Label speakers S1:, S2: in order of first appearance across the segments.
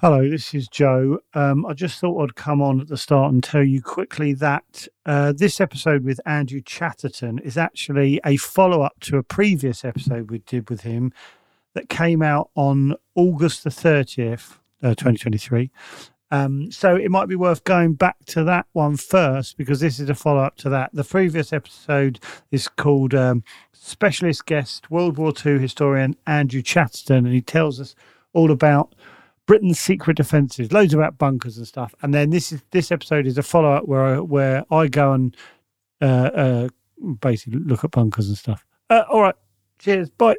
S1: Hello, this is Joe. Um, I just thought I'd come on at the start and tell you quickly that uh, this episode with Andrew Chatterton is actually a follow up to a previous episode we did with him that came out on August the 30th, uh, 2023. Um, so it might be worth going back to that one first because this is a follow up to that. The previous episode is called um, Specialist Guest World War II Historian Andrew Chatterton, and he tells us all about. Britain's secret defences, loads about bunkers and stuff. And then this is this episode is a follow up where I, where I go and uh, uh, basically look at bunkers and stuff. Uh, all right, cheers, bye.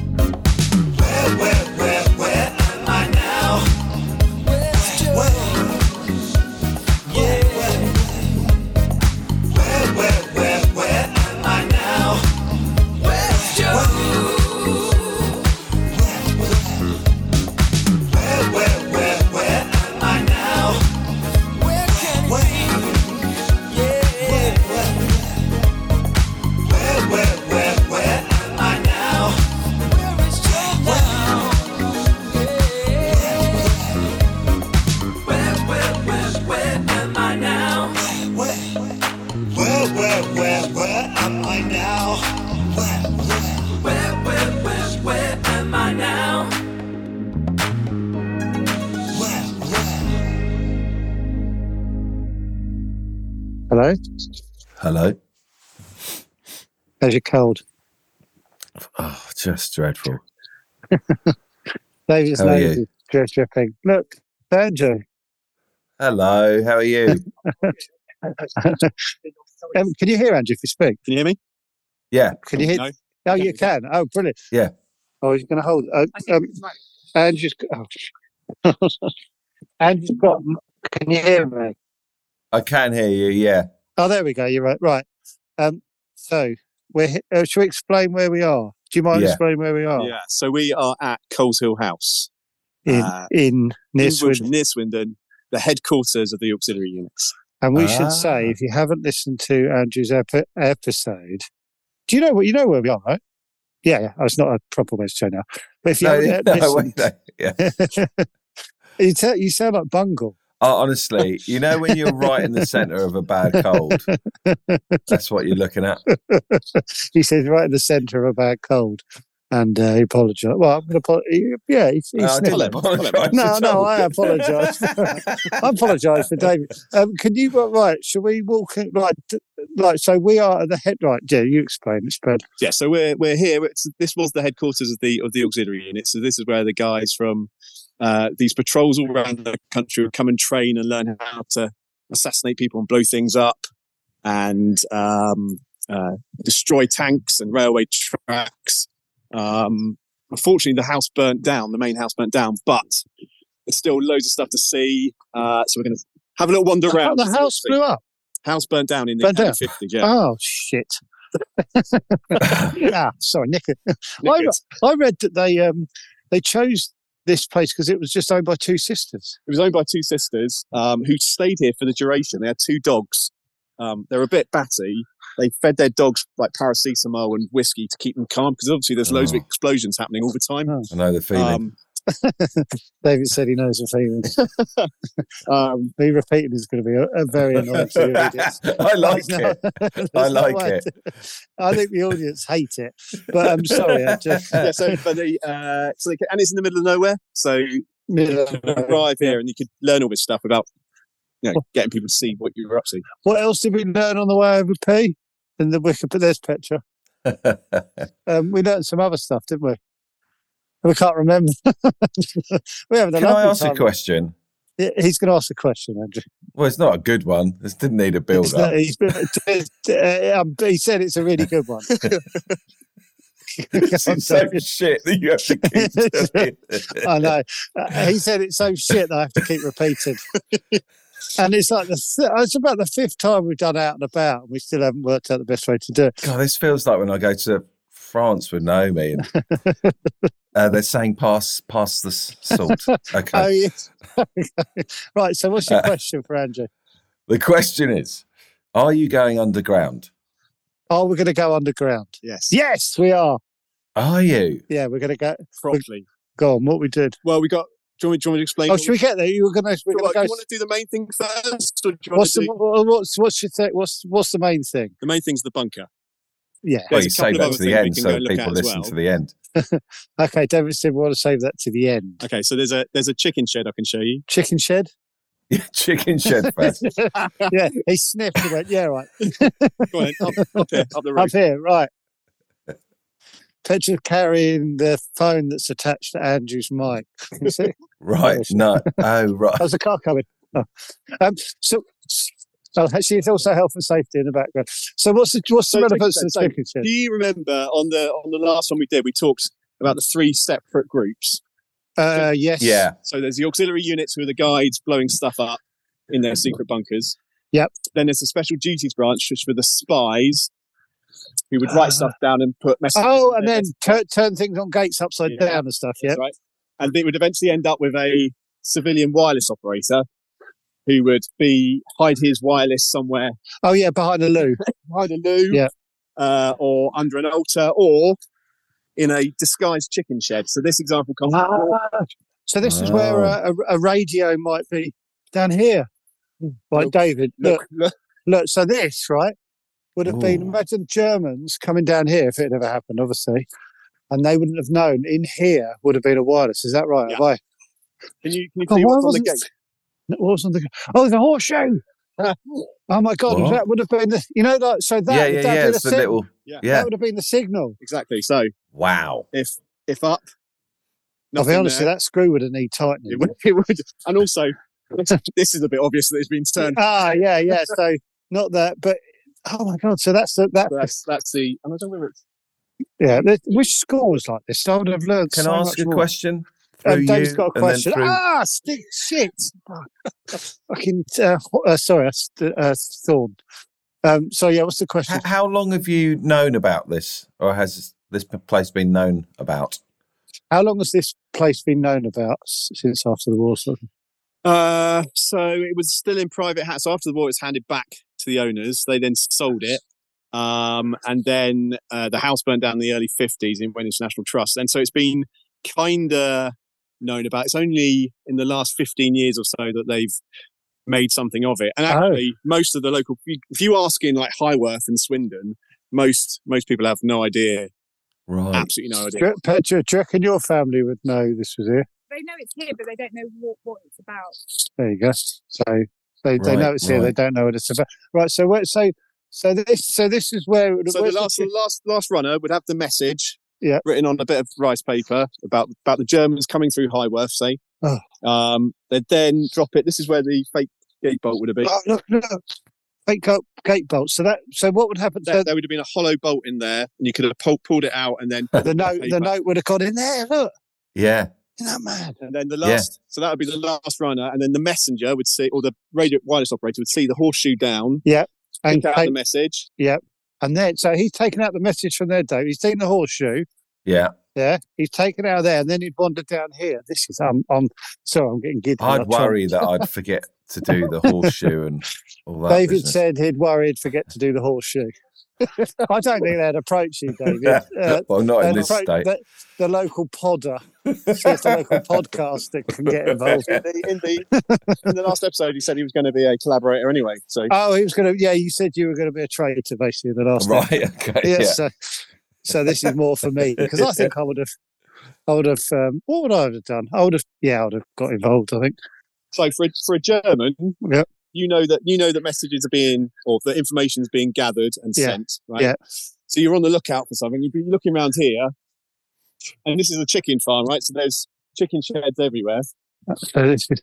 S2: Where, where, where, where am I now? Where, yeah, where? Where, where, where, where am I now? Where's Joe? Where, where, where, where am I now? Where can he be? Yeah. Where, where, where, where am I now? Where is Joe now? Where, where, where, where am I now? Where, where, where, where, where am I now? Where, where, where, where, where am I now? Where, where?
S3: Hello.
S4: Hello.
S3: How's your cold?
S4: Oh, just dreadful.
S3: David's
S4: How are
S3: nose
S4: you?
S3: is drip dripping. Look, Banjo.
S4: Hello. How are you?
S3: Um, can you hear Andrew if you speak?
S5: Can you hear me?
S4: yeah.
S3: Can you hear?
S5: No.
S3: Oh, you can. Oh, brilliant.
S4: Yeah.
S3: Oh, he's going to hold. Uh, um, Andrew's. Oh. Andrew's got. Can you hear me?
S4: I can hear you. Yeah.
S3: Oh, there we go. You're right. Right. Um, so we're. he- Uh, should we explain where we are? Do you mind
S4: Yeah.
S3: explaining where we are?
S5: Yeah. So we are at Coleshill House
S3: In
S5: Uh,
S3: in
S5: in
S3: near
S5: Wiltshire,
S3: Swindon.
S5: near Swindon, the headquarters of the auxiliary units.
S3: And we should say,
S4: Ah.
S3: if you haven't listened to Andrew's epi- episode, do you know what you know where we are, right? Yeah, yeah. Oh, it's not a proper way to say now. But if you
S4: No,
S3: haven't uh,
S4: no, wait,
S3: listened,
S4: no. Yeah.
S3: you, tell, you sound like Bungle.
S4: Oh, honestly, you know when you're right in the centre of a bad cold, that's what you're looking at.
S3: he says right in the centre of our cold. and uh, he apologized. Well, I'm going to apologize. Yeah, he, he
S4: Oh, I
S3: sniffed.
S4: didn't
S5: Colin, Colin.
S4: apologise
S3: No,
S4: at
S3: no,
S4: all.
S3: I apologise. I apologise for David. Um, can you uh, right? Shall we walk in, right? d- Like so, we are at the head. Right, yeah, you explain it, spread.
S5: yeah, so we're we're here. It's, this was the headquarters of the of the auxiliary unit. So this is where the guys from uh, these patrols all around the country would come and train and learn how to assassinate people and blow things up and um, uh, destroy tanks and railway tracks. Um, unfortunately, the house burnt down. The main house burnt down, but there's still loads of stuff to see. Uh, so we're going to have a little wander around.
S3: Oh, the house blew up.
S5: House burnt down in the
S3: Burnt down.
S5: 50s. Yeah.
S3: Oh shit! ah, sorry, Nick. I,
S5: Knickers.
S3: I read that they um they chose this place because it was just owned by two sisters.
S5: It was owned by two sisters um, who stayed here for the duration. They had two dogs. Um, they're a bit batty. They fed their dogs like paracetamol and whiskey to keep them calm because obviously there's loads of
S4: Oh.
S5: explosions happening all the time.
S3: Oh.
S4: I know the feeling.
S5: Um,
S3: David said he knows the feelings.
S5: um,
S3: he repeated is going to be a, a very annoying to the audience.
S4: I like
S3: There's
S4: it.
S3: no- there's
S4: I
S3: no
S4: like
S3: way
S4: it.
S3: to- I think the audience hate it, but I'm sorry. uh, I'm just
S5: yeah, so, but they, uh, so they, ca- and it's in the middle of nowhere. So you could arrive here and you could learn all this stuff about you know, getting people to see what you were up to.
S3: What else did we learn on the way over P in the Wikipedia picture? Um, we learned some other stuff, didn't we? We can't remember. we haven't
S4: Can I ask a question?
S3: He's going to ask a question, Andrew.
S4: Well, it's not a good one. This didn't need a build
S3: It's
S4: up.
S3: not- he's been- uh, um, he said it's a really good one.
S4: This
S3: I'm
S4: is so
S3: sorry.
S4: shit that you have to keep doing.
S3: I know. Uh, he said it's so shit that I have to keep repeating. and it's like the th- it's about the fifth time we've done out and about, and we still haven't worked out the best way to do it.
S4: God, this feels like when I go to France with Naomi and uh, they're saying pass pass the s- salt.
S3: Oh,
S4: Okay.
S3: yes. right. So, what's your
S4: Uh,
S3: question for Andrew?
S4: The question is, are you going underground?
S3: Oh, we're going to go underground.
S5: Yes.
S3: Yes, we are.
S4: Are you?
S3: Yeah, we're going to go.
S5: Properly.
S3: Go on. What we did?
S5: Well, we got. Do you want me, do you want me to explain?
S3: Oh,
S5: what
S3: should we get there? You were going to. We're
S5: we-
S3: going
S5: do you
S3: to go.
S5: want to do the main thing first? Or do you want
S3: What's
S5: to
S3: the,
S5: do,
S3: what- what's what's your th- what's what's the main thing?
S5: the main thing's the bunker.
S3: Yeah.
S4: Well, Oh,
S5: There's
S4: you
S5: a
S4: say
S5: couple
S4: that
S5: of
S4: to
S5: other
S4: the
S5: things we
S4: end
S5: can
S4: so
S5: go look
S4: people
S5: at as
S4: listen
S5: well.
S4: to the end.
S3: Okay, David said we want to save that to the end.
S5: Okay, so there's a there's a chicken shed I can show you.
S3: Chicken shed.
S4: Yeah, Chicken shed first.
S3: yeah, he sniffed and went, "Yeah, right
S5: Go on, up, up here, up the
S3: up
S5: road.
S3: here, right." Picture carrying the phone that's attached to Andrew's mic. Can you see?
S4: Right. No. Oh, right.
S3: How's the car coming? Oh. Um, so, oh, actually, it's also health and safety in the background. So, what's the, what's the
S5: So,
S3: relevance
S5: so-
S3: of the
S5: so-
S3: chicken shed?
S5: Do you remember on the on the last one we did, we talked about the three separate groups.
S3: Uh, yes.
S4: Yeah.
S5: So there's the auxiliary units who are the guides blowing stuff up in their secret bunkers.
S3: Yep.
S5: Then there's the special duties branch, which were the spies who would write stuff down and put messages.
S3: Ah. Oh,
S5: on
S3: and
S5: their
S3: then
S5: desks.
S3: tur turn things on gates upside
S5: Yeah.
S3: down and stuff. Yeah.
S5: right? And it would eventually end up with a civilian wireless operator who would be hide his wireless somewhere
S3: Oh, yeah, behind the loo.
S5: behind a loo
S3: Yeah.
S5: uh, or under an altar or in a disguised chicken shed. So this example comes
S3: Ah, so this is where uh, a, a radio might be down here.
S5: Hmm.
S3: Like
S5: Look,
S3: David, look,
S5: look, look,
S3: look. So this, right, would have been.
S4: Ooh.
S3: Imagine Germans coming down here if it had ever happened, obviously, and they wouldn't have known. In here would have been a wireless. Is that right?
S5: Yeah.
S3: Have I
S5: can you, can you
S3: Oh,
S5: see
S3: why
S5: what's on the
S3: wasn't-
S5: gate?
S3: No, What was on the? Oh, the horseshoe. Oh my God,
S4: What?
S3: that would have been the. You know that. So that.
S4: yeah,
S3: would
S4: yeah,
S3: have
S4: yeah.
S3: been a
S4: It's a
S3: sig-
S4: little.
S5: Yeah. Oh.
S3: That
S4: Yeah.
S3: would have been the signal.
S5: Exactly. So
S4: Wow.
S5: if up,
S3: I'll be
S5: nothing
S3: honest, with
S5: there.
S3: you, that screw would have need tightening.
S5: It would, it would. And also, this is a bit obvious that it's been turned.
S3: Ah, yeah, yeah. So not that, but oh my God. So that's the, that.
S5: That's, that's the. and I don't know whether it's.
S3: Yeah, that- which school was like this? I would have learned.
S4: Can
S3: so
S4: I
S3: much
S4: ask a
S3: more.
S4: question?
S3: Um,
S5: Uh,
S4: through
S3: Dave's
S4: you
S3: got a
S4: and then
S3: question.
S4: through-
S3: Ah, stick shit. Fucking. Uh, ho- uh, sorry, I st- uh, thorn. Um, so yeah, what's the question?
S4: H- how long have you known about this, or has this p- place been known about?
S3: How long has this place been known about s- since after the war? oh, sort of?
S5: Uh, so it was still in private hands. So after the war, it was handed back to the owners. They then sold it. Um, and then uh, the house burned down in the early 50s and went into National Trust. And so it's been kind of known about. It's only in the last 15 years or so that they've made something of it. And
S3: Oh.
S5: actually, most of the local, if you ask in like Highworth and Swindon, most most people have no idea
S4: Right.
S5: Absolutely no idea.
S3: Do you- Petra, do you reckon your family would know this was here?
S6: They know it's here, but they don't know what, what it's about.
S3: There you go. So they, they
S4: Right,
S3: know it's here. They
S4: right.
S3: don't know what it's about. Right. So what? So so this so this is where.
S5: So the
S3: where's
S5: last, the last, last runner would have the message
S3: Yeah.
S5: written on a bit of rice paper about about the Germans coming through Highworth. Say,
S3: Oh.
S5: um, they'd then drop it. This is where the fake gate bolt would have been.
S3: Oh, look, look, fake gate, gate bolt. So that so what would happen?
S5: There,
S3: So
S5: there would have been a hollow bolt in there, and you could have pulled, pulled it out, and then
S3: the note the
S5: paper.
S3: note would have gone in there. Look,
S4: Yeah.
S3: isn't that mad?
S5: and then the
S4: Yeah.
S5: last. So that would be the last runner, and then the messenger would see, or the radio wireless operator would see the horseshoe down,
S3: And
S5: pick out the
S3: and,
S5: message,
S3: and then so he's taken out the message from there, Dave. He's taken the horseshoe.
S4: Yeah.
S3: Yeah, he's taken it out of there, and then he'd wander down here. This is I'm I'm sorry, I'm getting giddy.
S4: I'd
S3: I'm trying-
S4: worry that I'd forget to do the horseshoe and all that.
S3: David
S4: business.
S3: said he'd worry he'd forget to do the horseshoe. I don't think they'd approach you, David. Uh,
S4: well, not in
S3: they'd
S4: this
S3: approach
S4: state.
S3: the, the local podder, see if the local podcaster can get involved.
S5: in the, in the in the last episode, he said he was going to be a collaborator anyway. So
S3: Oh, he was going to. Yeah, you said you were going to be a traitor basically in the last.
S4: Right. Okay.
S3: Yeah. So, so this is more for me because I think I would have. I would have. Um, what would I have done? I would have. Yeah, I would have got involved. I think.
S5: so for a, for a German,
S3: Yep.
S5: you know that you know that messages are being or the information is being gathered and
S3: Yeah.
S5: sent, right?
S3: Yeah.
S5: So you're on the lookout for something. You'd be looking around here, and this is a chicken farm, right? So there's chicken sheds everywhere.
S3: So this is.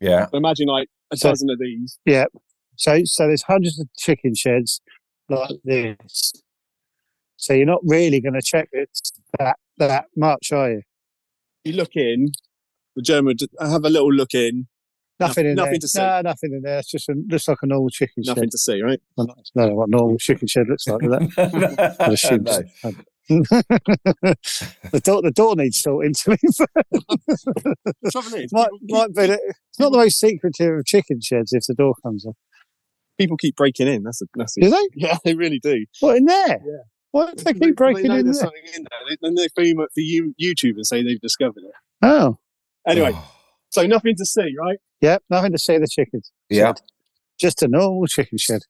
S4: Yeah. Yeah.
S5: So imagine like a
S3: So-
S5: dozen of these.
S3: Yeah. So so there's hundreds of chicken sheds like this. So you're not really going to check it that that much, are you?
S5: You look in. The German would have a little look in.
S3: Nothing in
S5: Nothing
S3: there.
S5: to see.
S3: No, nothing in there. It's just a, looks like a normal chicken
S5: Nothing
S3: shed.
S5: to see, right?
S3: I don't know what a normal chicken shed looks like. does it? I assume
S4: No.
S3: so. the door the door needs sorting to me.
S5: The trouble is,
S3: might,
S5: people,
S3: might be, it's not the most secretive of chicken sheds if the door comes up.
S5: people keep breaking in. That's a, that's
S3: Do
S5: a,
S3: they?
S5: yeah, they really do.
S3: What in there?
S5: Yeah.
S3: Why do they
S5: They- they
S3: keep breaking
S5: know
S3: in
S5: there's
S3: there?
S5: something in there. Then they film it for you, YouTube and say they've discovered it.
S3: Oh,
S5: Anyway,
S4: Oh,
S5: so nothing to see, right?
S3: yeah, nothing to say the chickens.
S4: Yeah.
S3: just a normal chicken shed,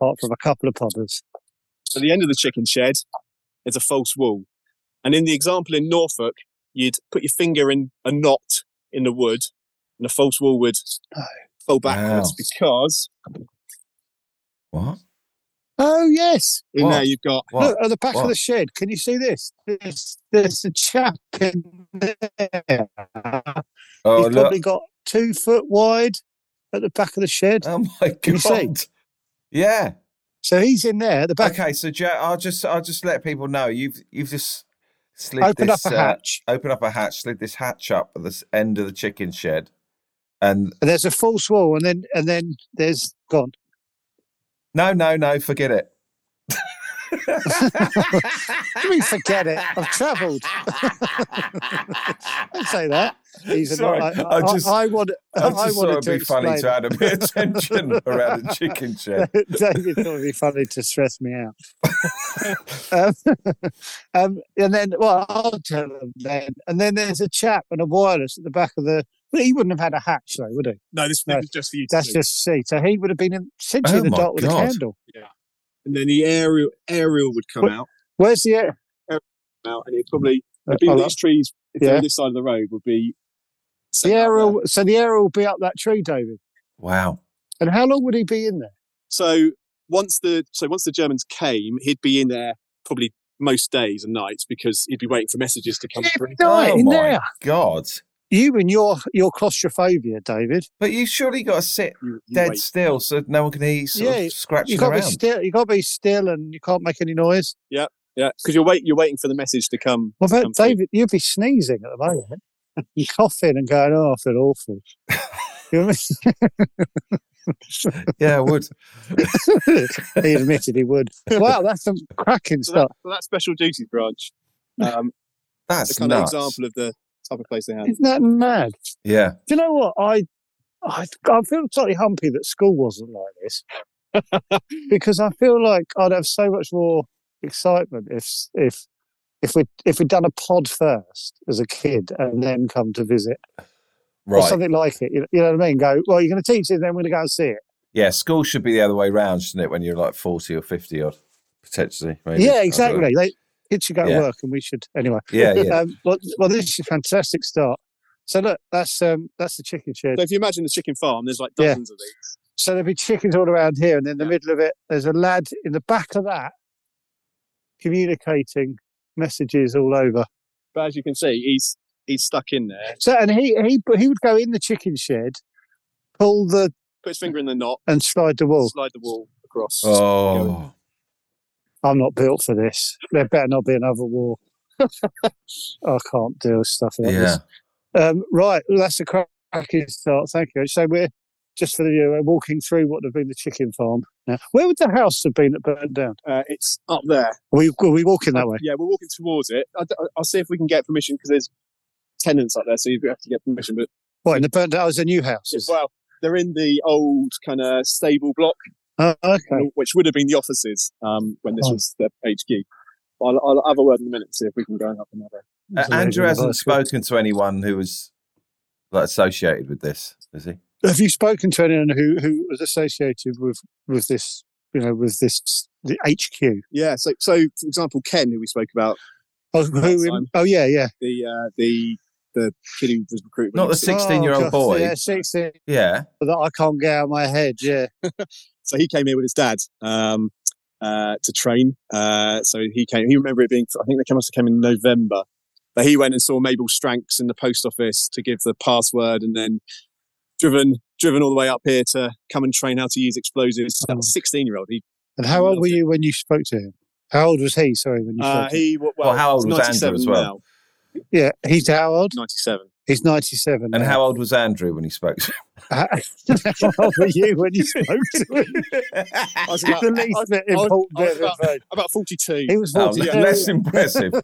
S3: apart from a couple of podders.
S5: At the end of the chicken shed is a false wall. And in the example in Norfolk, you'd put your finger in a knot in the wood and the false wall would
S3: No.
S5: fall backwards
S4: Wow.
S5: because
S4: What?
S3: Oh yes,
S5: in
S4: What?
S5: there you've got
S4: What?
S3: look at the back of
S4: What?
S3: the shed. Can you see this? There's there's a chap in there.
S4: oh,
S3: He's
S4: look.
S3: probably got two foot wide at the back of the shed.
S4: oh my
S3: Can you see?
S4: god. Yeah.
S3: So he's in there at the back.
S4: Okay. So, Joe, I'll just I'll just let people know you've you've just slid
S3: Opened up
S4: this,
S3: a
S4: uh,
S3: hatch,
S4: open up a hatch, slid this hatch up at this end of the chicken shed, and
S3: and there's a false wall, and then and then there's gone.
S4: no, no, no, forget it.
S3: Do we forget it? I've travelled. Don't say that. He's a-
S4: Sorry,
S3: I,
S4: I
S3: I-
S4: just-
S3: I want. I,
S4: I just thought
S3: wanted
S4: it'd
S3: to
S4: be funny
S3: explain
S4: to add a bit of tension around the chicken shed.
S3: David thought it'd be funny to stress me out. um, um, and then, well, I'll tell them then. And then there's a chap and a wireless at the back of the. Well, he wouldn't have had a hatch though, would he?
S5: no, this
S3: No,
S5: thing is just for you to
S3: That's
S5: see.
S3: just see. So he would have been in, essentially
S4: Oh
S3: in the
S4: my
S3: dark with a
S4: God.
S3: candle.
S5: and then the aerial aerial would come
S3: What?
S5: out,
S3: Where's the air?
S5: out and it'd probably there'd be
S3: oh,
S5: all
S3: that-
S5: these trees if they were
S3: Yeah.
S5: this side of the road would be
S3: the aerial. Oh, So the aerial will be up that tree, David.
S4: Wow.
S3: And how long would he be in there?
S5: So once the so once the Germans came, he'd be in there probably most days and nights because he'd be waiting for messages to come through.
S3: Night
S4: oh
S3: in
S4: my
S3: there.
S4: god.
S3: You and your your claustrophobia, David.
S4: But you surely got to sit
S5: You- you
S4: dead
S5: wait.
S4: still so no one can hear you sort
S3: Yeah,
S4: of scratching
S3: You got to be
S4: around.
S3: still. You got to be still, and you can't make any noise.
S5: Yeah, because you're wait you're waiting for the message to come.
S3: Well,
S5: to
S3: that,
S5: come through.
S3: David, you'd be sneezing at the moment. You're coughing and going, oh, I feel awful. You know what
S4: yeah, I would.
S3: I mean? he admitted he would. Wow, that's some cracking
S5: So that,
S3: stuff.
S5: so that special duties branch. Um,
S4: That's
S5: the kind
S4: nuts.
S5: of example of the type of place they had.
S3: Isn't that mad?
S4: Yeah.
S3: Do you know what? I, I, I feel slightly humpy that school wasn't like this because I feel like I'd have so much more excitement if if if we if we'd done a pod first as a kid and then come to visit or
S4: Right.
S3: something like it. You know, you know what I mean? Go well, you're going to teach it, then we're going to go and see it.
S4: Yeah, school should be the other way round, shouldn't it? When you're like forty or fifty or potentially. Maybe. I
S3: Yeah,
S4: don't know.
S3: exactly. They kids should go to
S4: Yeah.
S3: work, and we should anyway.
S4: Yeah, yeah.
S3: Um, well, well, this is a fantastic start. So look, that's um, that's the chicken shed.
S5: So if you imagine the chicken farm, there's like
S3: Yeah.
S5: dozens of these.
S3: So there'll be chickens all around here, and in the middle of it, there's a lad in the back of that communicating messages all over.
S5: But as you can see, he's he's stuck in there.
S3: So and he he he would go in the chicken shed, pull the
S5: Put his finger in the knot,
S3: and slide the wall.
S5: slide the wall across.
S4: Oh,
S3: I'm not built for this. There better not be another war. I can't deal with stuff like
S4: yeah.
S3: this. Um, right, well, that's a cracking start. Thank you. So we're just for the viewer, we're walking through what would have been the chicken farm. Now, where would the house have been that burned down?
S5: Uh, it's up there. Uh,
S3: Are we, are we walking that way?
S5: Yeah, we're walking towards it. I, will see if we can get permission because there's tenants up there, so you have to get permission. But
S3: What, in the burnt down? Oh, there's a new house.
S5: well, they're in the old kind of stable block,
S3: Oh, okay.
S5: which would have been the offices um, when this
S3: Oh.
S5: was the HQ. I'll, I'll have a word in a minute and see if we can go up another.
S4: Uh,
S3: There's a
S4: Andrew
S3: lady
S4: hasn't
S3: with a basket.
S4: spoken to anyone who was like associated with this, is he?
S3: Have you spoken to anyone who, who was associated with, with this, you know, with this, the HQ?
S5: Yeah. So, so for example, Ken, who we spoke about,
S3: Oh, who in,
S5: Outside.
S3: oh yeah, yeah.
S5: the uh, the the kid who was recruited. when
S4: Not
S5: he
S4: the
S5: was six.
S4: 16-year-old
S3: Oh, God,
S4: boy.
S3: Yeah, 16.
S4: Yeah.
S3: That I can't get out of my head. Yeah.
S5: So he came here with his dad um, uh, to train. Uh, so he came. He remember it being. I think they must have came in November. But he went and saw Mabel Stranks in the post office to give the password, and then driven driven all the way up here to come and train how to use explosives. That was sixteen year old. He
S3: And how old were you when you spoke to him? How old was he? Sorry, when you spoke
S5: uh,
S3: to him?
S5: he well,
S4: Well, how old
S5: he's
S4: was Andrew
S5: 97
S4: as well?
S5: now.
S3: Yeah, he's how old?
S5: Ninety seven.
S3: He's 97.
S4: And
S3: now.
S4: how old was Andrew when he spoke? to
S3: How old were you when you spoke to him?
S5: I was
S3: It's
S5: about,
S3: the least bit important
S5: I was
S3: bit of
S5: about-
S3: advice.
S5: about forty two.
S3: He was
S4: Oh,
S3: 42.
S4: less impressive.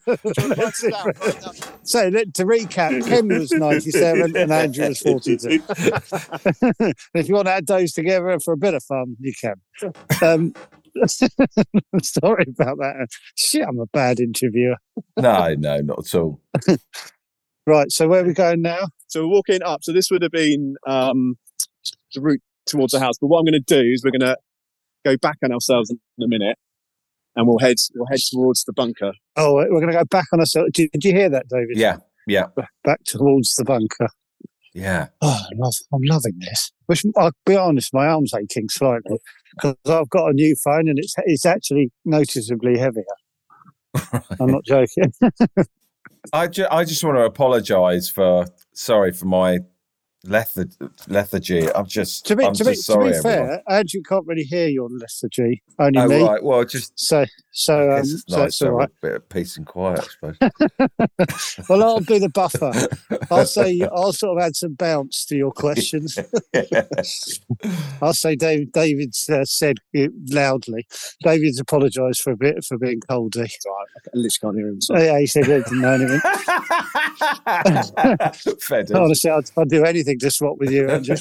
S3: so let- to recap, Ken was 97 and Andrew was 42. And if you want to add those together for a bit of fun, you can. Um, sorry about that. Shit, I'm a bad interviewer.
S4: No, no, not at all.
S3: Right, so where are we going now?
S5: So we're walking up. So this would have been um, the route towards the house. But what I'm going to do is we're going to go back on ourselves in a minute, and we'll head we'll head towards the bunker.
S3: Oh, we're going to go back on ourselves. Did, did you hear that, David?
S4: Yeah, yeah,
S3: Back towards the bunker.
S4: yeah.
S3: Oh, I love, I'm loving this. Which I'll be honest, my arm's aching slightly because I've got a new phone and it's it's actually noticeably heavier. I'm not joking.
S4: I, ju- I just want to apologise for sorry for my lethar- lethargy. I'm just
S3: to be
S4: I'm
S3: to
S4: just
S3: be,
S4: sorry,
S3: to be
S4: everyone.
S3: fair, Andrew can't really hear your lethargy, only
S4: Oh,
S3: me.
S4: right. Well, just
S3: So so
S4: I
S3: um,
S4: guess it's
S3: so
S4: nice
S3: that's
S4: to
S3: all
S4: have
S3: right.
S4: a bit of peace and quiet, I suppose.
S3: Well, I'll do the buffer. I'll say I'll sort of add some bounce to your questions. I'll say David. David's uh, said it loudly. David's apologised for a bit for being coldy.
S5: So I, I literally can't hear him. So
S3: Oh, yeah, he said he didn't know anything.
S4: Fed up.
S3: Honestly, I'd, I'd do anything to swap with you, Andrew.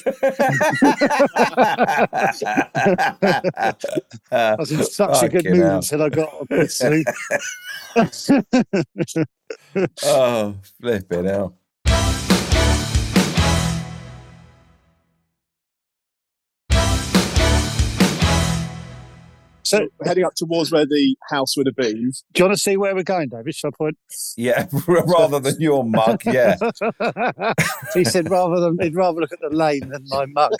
S3: I was in such a good
S4: Fucking
S3: mood
S4: hell.
S3: until I got a bit soon.
S4: Oh, flipping hell.
S3: so,
S5: we're heading up towards where the house would have been.
S3: do you want to see where we're going, David? Shall I point?
S4: Yeah, rather than your mug, yeah.
S3: he said rather than he'd rather look at the lane than my mug.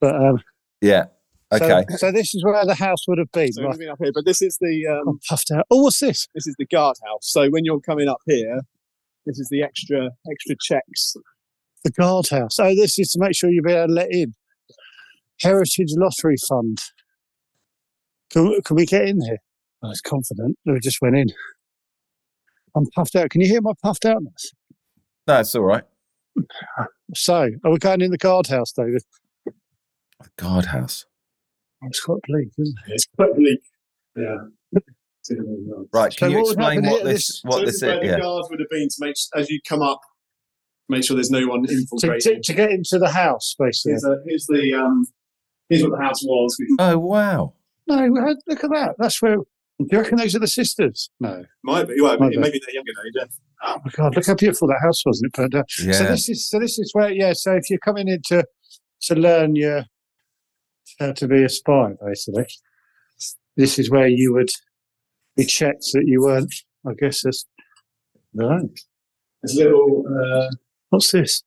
S3: But um,
S4: Yeah.
S3: so-
S4: Okay.
S3: So, this is where the house would have been.
S5: So
S3: Right.
S5: we've been up here, but this is the um,
S3: I'm puffed out. Oh, what's this?
S5: this is the guard house. So when you're coming up here, this is the extra extra checks.
S3: The guardhouse. Oh, this is to make sure you're able to let in. Heritage Lottery Fund. Can, can we get in here? I was confident. that We just went in. I'm puffed out. Can you hear my puffed outness?
S4: No, it's all right.
S3: So, are we going in the guardhouse, David?
S4: God house.
S3: It's quite bleak, isn't it?
S5: It's probably yeah.
S4: Right. Can
S3: So
S4: you
S3: what would
S4: explain
S3: happen
S4: what
S3: here?
S4: this,
S3: This-
S4: what
S5: so
S4: this is?
S5: where the
S4: Yeah.
S5: guard would have been to make as you come up, make sure there's no one
S3: To,
S5: infiltrating.
S3: to, to get into the house, basically.
S5: Here's, a, here's the um, here's what the house was. It
S4: Oh wow.
S3: No, we had- look at that. That's where. Do you reckon those are the sisters? No.
S5: might be. Well,
S3: Might be.
S5: maybe they're younger now. Yeah.
S3: Oh my God! Look how beautiful that house was. It burned down. So
S4: Yeah.
S3: this is so this is where yeah. So if you're coming in to to learn your how to be a spy, basically, this is where you would
S1: He checked that you weren't. I guess that's right.
S5: There's a little. Uh,
S1: What's this?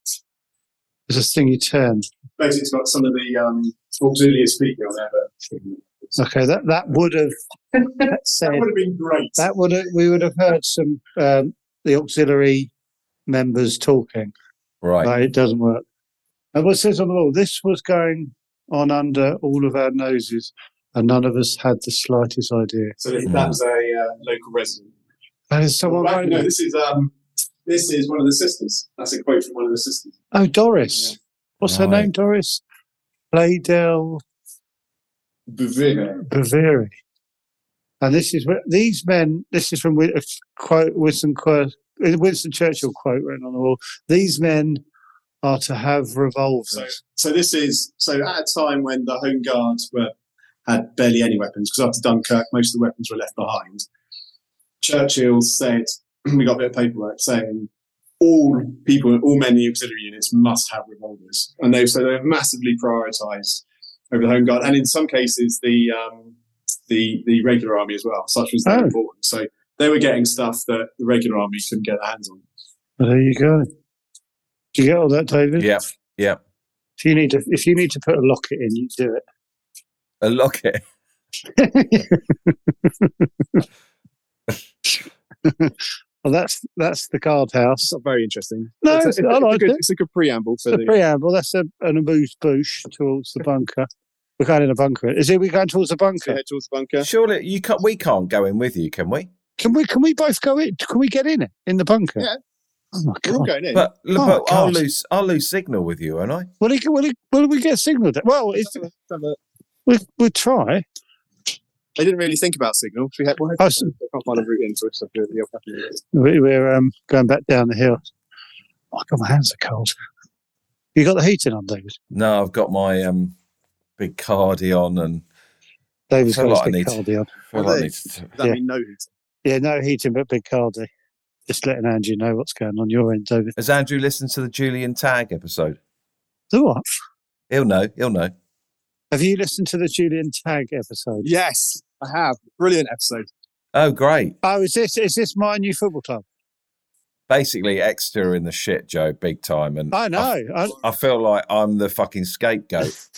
S1: There's this thing you turn.
S5: basically, it's got some of the um, auxiliary speaking on there, but
S1: Okay, that that would have said
S5: that would have been great.
S1: that would have, we would have heard some um, the auxiliary members talking.
S4: Right.
S1: but it doesn't work. And what it says on the wall, this was going on under all of our noses, and none of us had the slightest idea.
S5: so that, that was a uh, local resident.
S1: That is someone
S5: Right,
S1: writing
S5: no,
S1: it.
S5: this is um, this is one of the sisters. That's a quote from one of the sisters.
S1: Oh, Doris. What's her
S4: Right.
S1: name, Doris? Playdell
S5: Bavira.
S1: Baveri. And this is where these men, this is from Wi- a quote, Winston, Quir- Winston Churchill quote written on the wall. These men are to have revolvers.
S5: So this is so at a time when the home guards were had barely any weapons because after Dunkirk most of the weapons were left behind. Churchill said we got a bit of paperwork saying all people, all men in the auxiliary units must have revolvers, and they so they're massively prioritised over the home guard, and in some cases the um, the the regular army as well. Such was their
S1: Oh.
S5: importance. So they were getting stuff that the regular army couldn't get their hands on.
S1: Well, there you go. Do you get all that, David?
S4: Yep. Yep.
S1: If you need to, if you need to put a locket in, you do
S4: A locket.
S1: it. well, that's that's the guardhouse.
S5: It's not very interesting.
S1: No, it's-
S5: it's, a,
S1: I
S5: it's a
S1: liked
S5: good,
S1: it.
S5: it's a good preamble for
S1: the
S5: the.
S1: preamble. That's a, an amuse bouche towards the bunker. We're going in a bunker. Is it? We're going towards the
S5: to
S1: bunker.
S5: head towards the bunker.
S4: Surely you can't, we can't go in with you, can we?
S1: Can we? Can we both go in? Can we get in it in the bunker?
S5: Yeah.
S1: Oh my
S5: We're all
S1: god!
S5: going in.
S4: But,
S3: Oh,
S4: but I'll
S1: God.
S4: lose I'll lose signal with you, won't I?
S1: Will, it, will, it, will we get signaled? Well, it's,
S5: Let's have a- have a-
S1: we we'll try.
S5: they didn't really think about signal. We had, well,
S1: Oh,
S5: I
S1: so-
S5: can't find a route in, so we just have to do it the old fashioned way.
S1: We, we're um, going back down the hill. Oh god, my hands are cold. You got the heating on, David.
S4: No, I've got my um big cardi on and
S1: David's
S4: I feel
S1: got
S4: like
S1: his
S4: I
S1: big
S4: need to-
S1: cardi on.
S4: feel
S5: Well,
S4: I
S5: they-
S4: need to-
S5: That
S1: Yeah.
S5: mean no heat.
S1: Yeah, no heating, but big cardi. Just letting Andrew know what's going on your end, David.
S4: Has Andrew listened to the Julian Tag episode?
S1: So what?
S4: He'll know. He'll know.
S1: Have you listened to the Julian Tag episode?
S5: Yes, I have. Brilliant episode.
S4: Oh, great!
S1: Oh, is this is this my new football club?
S4: Basically, Exeter are in the shit, Joe, big time, and
S1: I know.
S4: I,
S1: I,
S4: I feel like I'm the fucking scapegoat.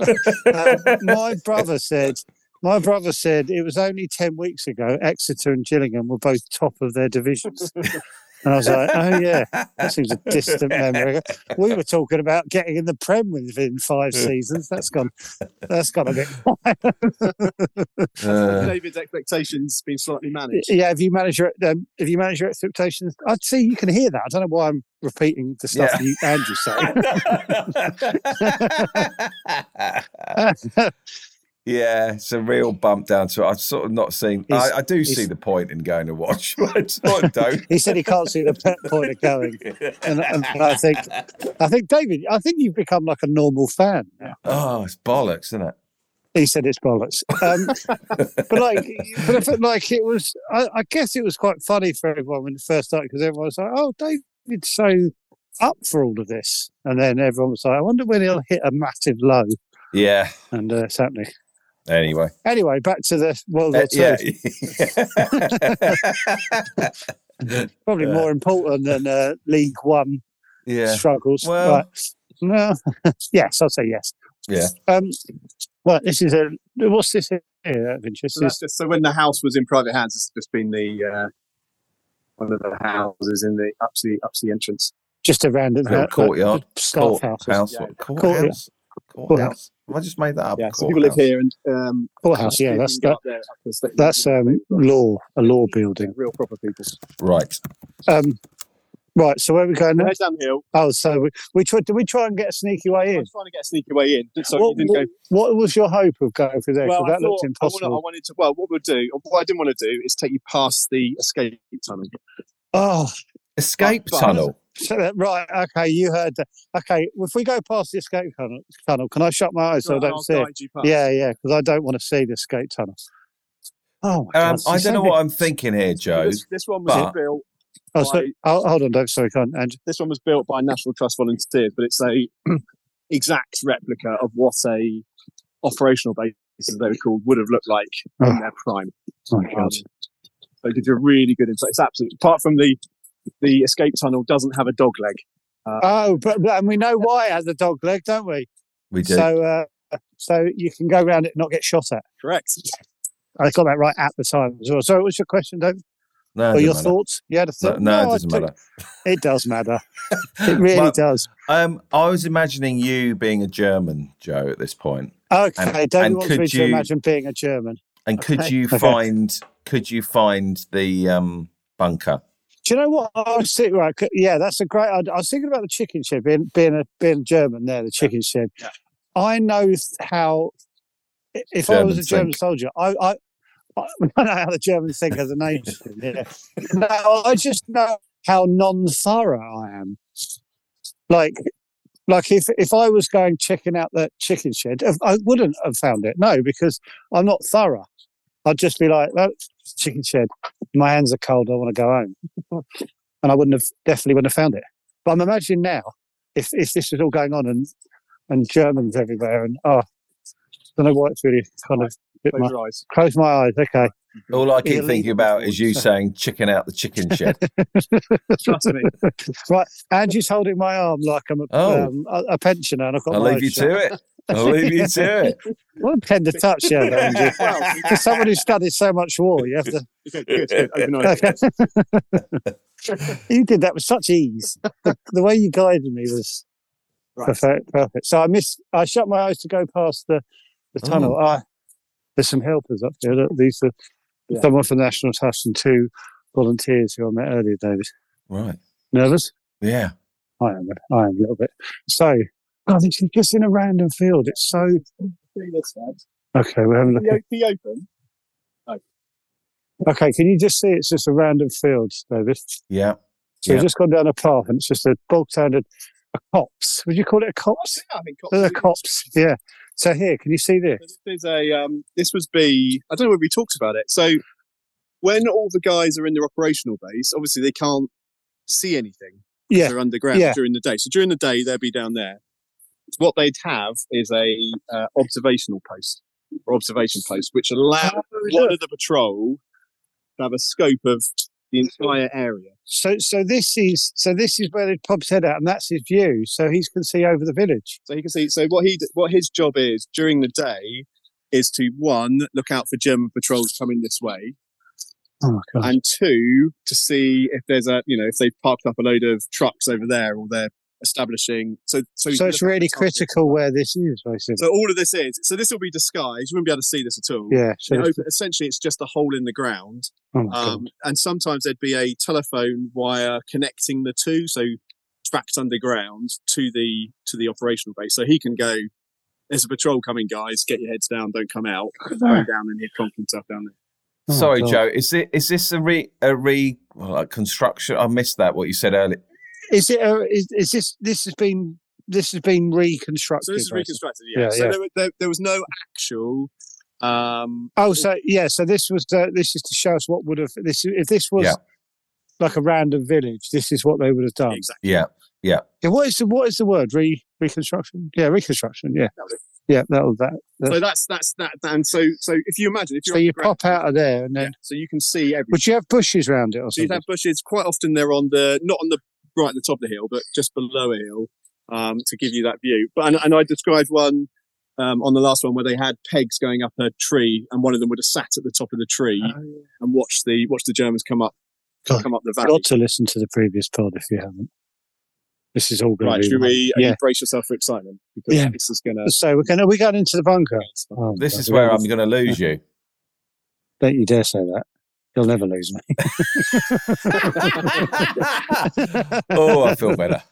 S1: Uh, my brother said, my brother said it was only 10 weeks ago, Exeter and Gillingham were both top of their divisions. And I was like, oh, yeah, that seems a distant memory. We were talking about getting in the Prem within five seasons. That's gone, that's gone a bit.
S4: Uh,
S5: David's expectations been slightly managed.
S1: yeah, have you managed your, um, have you managed your expectations? I'd see you can hear that. I don't know why I'm repeating the stuff
S4: Yeah.
S1: you Andrew said.
S4: yeah, it's a real bump down to it. I've sort of not seen.
S1: He's-
S4: I, I do see
S1: he's-
S4: the point in going to watch, but it's not- I don't.
S1: he said he can't see the pe- point of going. And, and I think, I think David, I think you've become like a normal fan now.
S4: Oh, it's bollocks, isn't it?
S1: he said it's bollocks. Um, but like, but if it, like it was, I, I guess it was quite funny for everyone when it first started because everyone was like, "Oh, David's so up for all of this," and then everyone was like, "I wonder when he'll hit a massive low."
S4: Yeah.
S1: And uh, it's happening.
S4: Anyway.
S1: Anyway, back to the World War
S4: Uh,
S1: Two.
S4: yeah.
S1: Probably more important than uh, League One
S4: yeah.
S1: struggles.
S4: Well-
S1: Right. no, yes, I'll say yes.
S4: Yeah.
S1: Um, well, this is a what's this here? Out of interest?
S5: So, that's just, so when the house was in private hands, it's just been the uh, one of the houses in the up to the up to the entrance.
S1: just a random uh,
S4: Little
S1: hou-
S4: courtyard,
S1: staff
S4: Court
S1: houses.
S4: house.
S5: yeah.
S4: what? Court
S1: Court-
S4: house. Court house. Have I just made that up.
S5: Yeah, so
S4: Court
S5: people live
S4: house.
S5: here and um,
S1: Courthouse, yeah,
S5: people
S1: that's uh,
S5: can go
S1: that,
S5: up there, up the stairs.
S1: that's uh, um, law, a law
S5: Yeah,
S1: building.
S5: real proper people.
S4: Right.
S1: Um, right, so where are we going now?
S5: Head down the hill.
S1: Oh, so we, we tried. Did we try and get a sneaky way
S5: I
S1: in?
S5: was trying to get a sneaky way in, so
S1: what,
S5: you didn't
S1: what,
S5: go.
S1: what was your hope of going through there? 'Cause
S5: Well, I,
S1: that looked
S5: thought- I, wanna- I
S1: impossible.
S5: wanted to. Well, what we'll do, what I didn't want to do, is take you past the escape tunnel.
S1: oh,
S4: Escape
S5: But-
S4: tunnel.
S1: so that, right. Okay, you heard that. Okay, if we go past the escape tunnel, tunnel can I shut my eyes so I
S5: Right,
S1: don't
S5: I'll
S1: see it?
S5: guide you past.
S1: Yeah, yeah, because I don't want to see the escape tunnel. Oh, my
S4: Um,
S1: God,
S4: I
S1: it's so
S4: don't know
S1: big.
S4: what I'm thinking here, Joe.
S5: This, this one was
S4: but-
S5: built.
S1: Oh, so,
S5: I-
S1: oh, hold on, Dave. Sorry, go on, Andrew.
S5: This one was built by National Trust volunteers, but it's a exact replica of what a operational base as they were called, would have looked like in
S1: Ah.
S3: Oh.
S5: their prime.
S3: Oh, my God.
S5: So it gives you a really good insight. It's absolutely apart from the the escape tunnel doesn't have a dog leg.
S3: Oh, but, but- and we know why it has a dog leg, don't we?
S4: We do.
S3: So, uh, so you can go around it and not get shot at.
S5: Correct.
S3: I got that right at the time as well. So, what's your question, David?
S4: no, it
S3: Or
S4: doesn't
S3: your
S4: matter.
S3: thoughts? You had a
S4: No,
S3: thought?
S4: no, it
S3: I
S4: doesn't
S3: don't-
S4: matter.
S3: It does matter. It really
S4: Well,
S3: does.
S4: Um, I was imagining you being a German, Joe, at this point.
S3: Okay, David
S4: and
S3: wants me
S4: could
S3: to
S4: you-
S3: imagine being a German.
S4: And could
S3: Okay.
S4: you
S3: Okay.
S4: find could you find the um, bunker?
S3: Do you know what I was thinking? Right, c- yeah, that's a great. I, I was thinking about the chicken shed being being a being German. There, the chicken shed.
S5: yeah.
S3: I know th- how. i- If I was a
S4: Germans
S3: German
S4: think.
S3: soldier, I, I I know how the Germans think as a nation. yeah. No, I just know how non-thorough I am. Like, like if if I was going checking out that chicken shed, I wouldn't have found it. No, because I'm not thorough. I'd just be like, well, chicken shed. My hands are cold. I want to go home and I wouldn't have definitely wouldn't have found it. But I'm imagining now if if this was all going on and and Germans everywhere and oh, don't know why it's really kind of bit
S5: Close
S3: my,
S5: your eyes.
S3: close my eyes. Okay,
S4: All I keep
S3: Illegal
S4: thinking about is you
S3: thoughts.
S4: saying chicken out the chicken shed.
S5: Trust me.
S3: right. Andrew's holding my arm like I'm a,
S4: Oh.
S3: um, a, a pensioner and I've got.
S4: I'll
S3: my
S4: leave
S3: eyes
S4: you
S3: shut.
S4: to it. I'll leave you to it.
S3: What a tender touch, yeah, Andrew.
S5: Well,
S3: For someone who studies so much war, you have to.
S5: Okay, good, good. Open eyes.
S3: you did that with such ease. The, the way you guided me was
S5: Right.
S3: Perfect, perfect. So I missed. I shut my eyes to go past the, the
S4: Oh.
S3: tunnel. Ah, there's some helpers up there. Look, these are
S5: Yeah.
S3: someone from National Trust and two volunteers who I met earlier. David,
S4: Right.
S3: nervous?
S4: Yeah.
S3: I am. I am a little bit. So, God, this is just in a random field. It's so
S5: See this one?
S3: okay. We're having a look.
S5: The, o- the open.
S3: at- Okay, can you just see? It's just a random field, David.
S4: Yeah.
S3: So
S4: Yeah.
S3: we've just gone down a path, and it's just a bog standard a copse. Would you call it a copse?
S5: Yeah, I think cops-
S3: The copse. Yeah. So here, can you see this?
S5: This is a. Um, this was be. I don't know whether we talked about it. So when all the guys are in their operational base, obviously they can't see anything. 'cause
S3: Yeah.
S5: They're underground
S3: Yeah.
S5: during the day. So during the day they'd be down there. What they'd have is a uh, observational post or observation post, which
S3: Uh,
S5: allow
S3: Oh,
S5: one of the patrol to have a scope of the entire area.
S3: So, so this is so this is where the pub's head out, and that's his view. So he can see over the village.
S5: So he can see. So what he d- what his job is during the day is to one look out for German patrols coming this way.
S3: Oh my god!
S5: and two to see if there's a you know if they've parked up a load of trucks over there or they're establishing so so, you
S3: so
S5: can
S3: it's
S5: look at
S3: really
S5: the target.
S3: critical where this is, basically.
S5: so all of this is so this will be disguised you wouldn't be able to see this at all
S3: yeah. So
S5: It
S3: it's-
S5: op- essentially it's just a hole in the ground
S3: oh my God.
S5: um, and sometimes there'd be a telephone wire connecting the two so tracked underground to the to the operational base so he can go there's a patrol coming guys get your heads down don't come out go down and he'd plonk himself down there
S3: Oh my
S4: Sorry,
S3: God.
S4: Joe. Is it is this a re a re well, a construction? I missed that what you said earlier.
S3: Is it? A, is, is this? This has been. This has been reconstructed.
S5: So this is
S3: basically.
S5: reconstructed, yeah.
S3: Yeah,
S5: so
S3: yeah.
S5: There, were- there, there was no actual. Um,
S3: Oh, so yeah. So this was. Uh, this is to show us what would have. This if this was
S4: Yeah.
S3: like a random village. This is what they would have done.
S5: exactly.
S4: Yeah.
S3: Yeah, what is the what is the word? Re reconstruction. Yeah, reconstruction. Yeah, yeah. That'll that.
S5: So that's that's that. And so so if you imagine, if you're
S3: So you
S5: underground-
S3: pop out of there, and
S5: yeah,
S3: then
S5: so you can see everything.
S3: would you have bushes around it or
S5: So you'd
S3: something?
S5: have bushes. Quite often they're on the not on the right at the top of the hill, but just below a hill um, to give you that view. But and, and I described one um, on the last one where they had pegs going up a tree, and one of them would have sat at the top of the tree
S3: Oh, yeah.
S5: and watched the watch the Germans come up
S3: God.
S5: come up the valley.
S3: got to listen to the previous pod if you haven't. This is all going
S5: Right,
S3: to be.
S5: should we
S3: Yeah.
S5: yeah. brace yourself for excitement? Because
S3: Yeah.
S5: this is going to
S3: So we're going. Are we going into the bunker? Oh, my
S4: This
S3: God,
S4: is
S3: we're
S4: where
S3: gonna-
S4: I'm going to lose you.
S3: Don't you dare say that. You'll never lose me.
S4: oh, I feel better.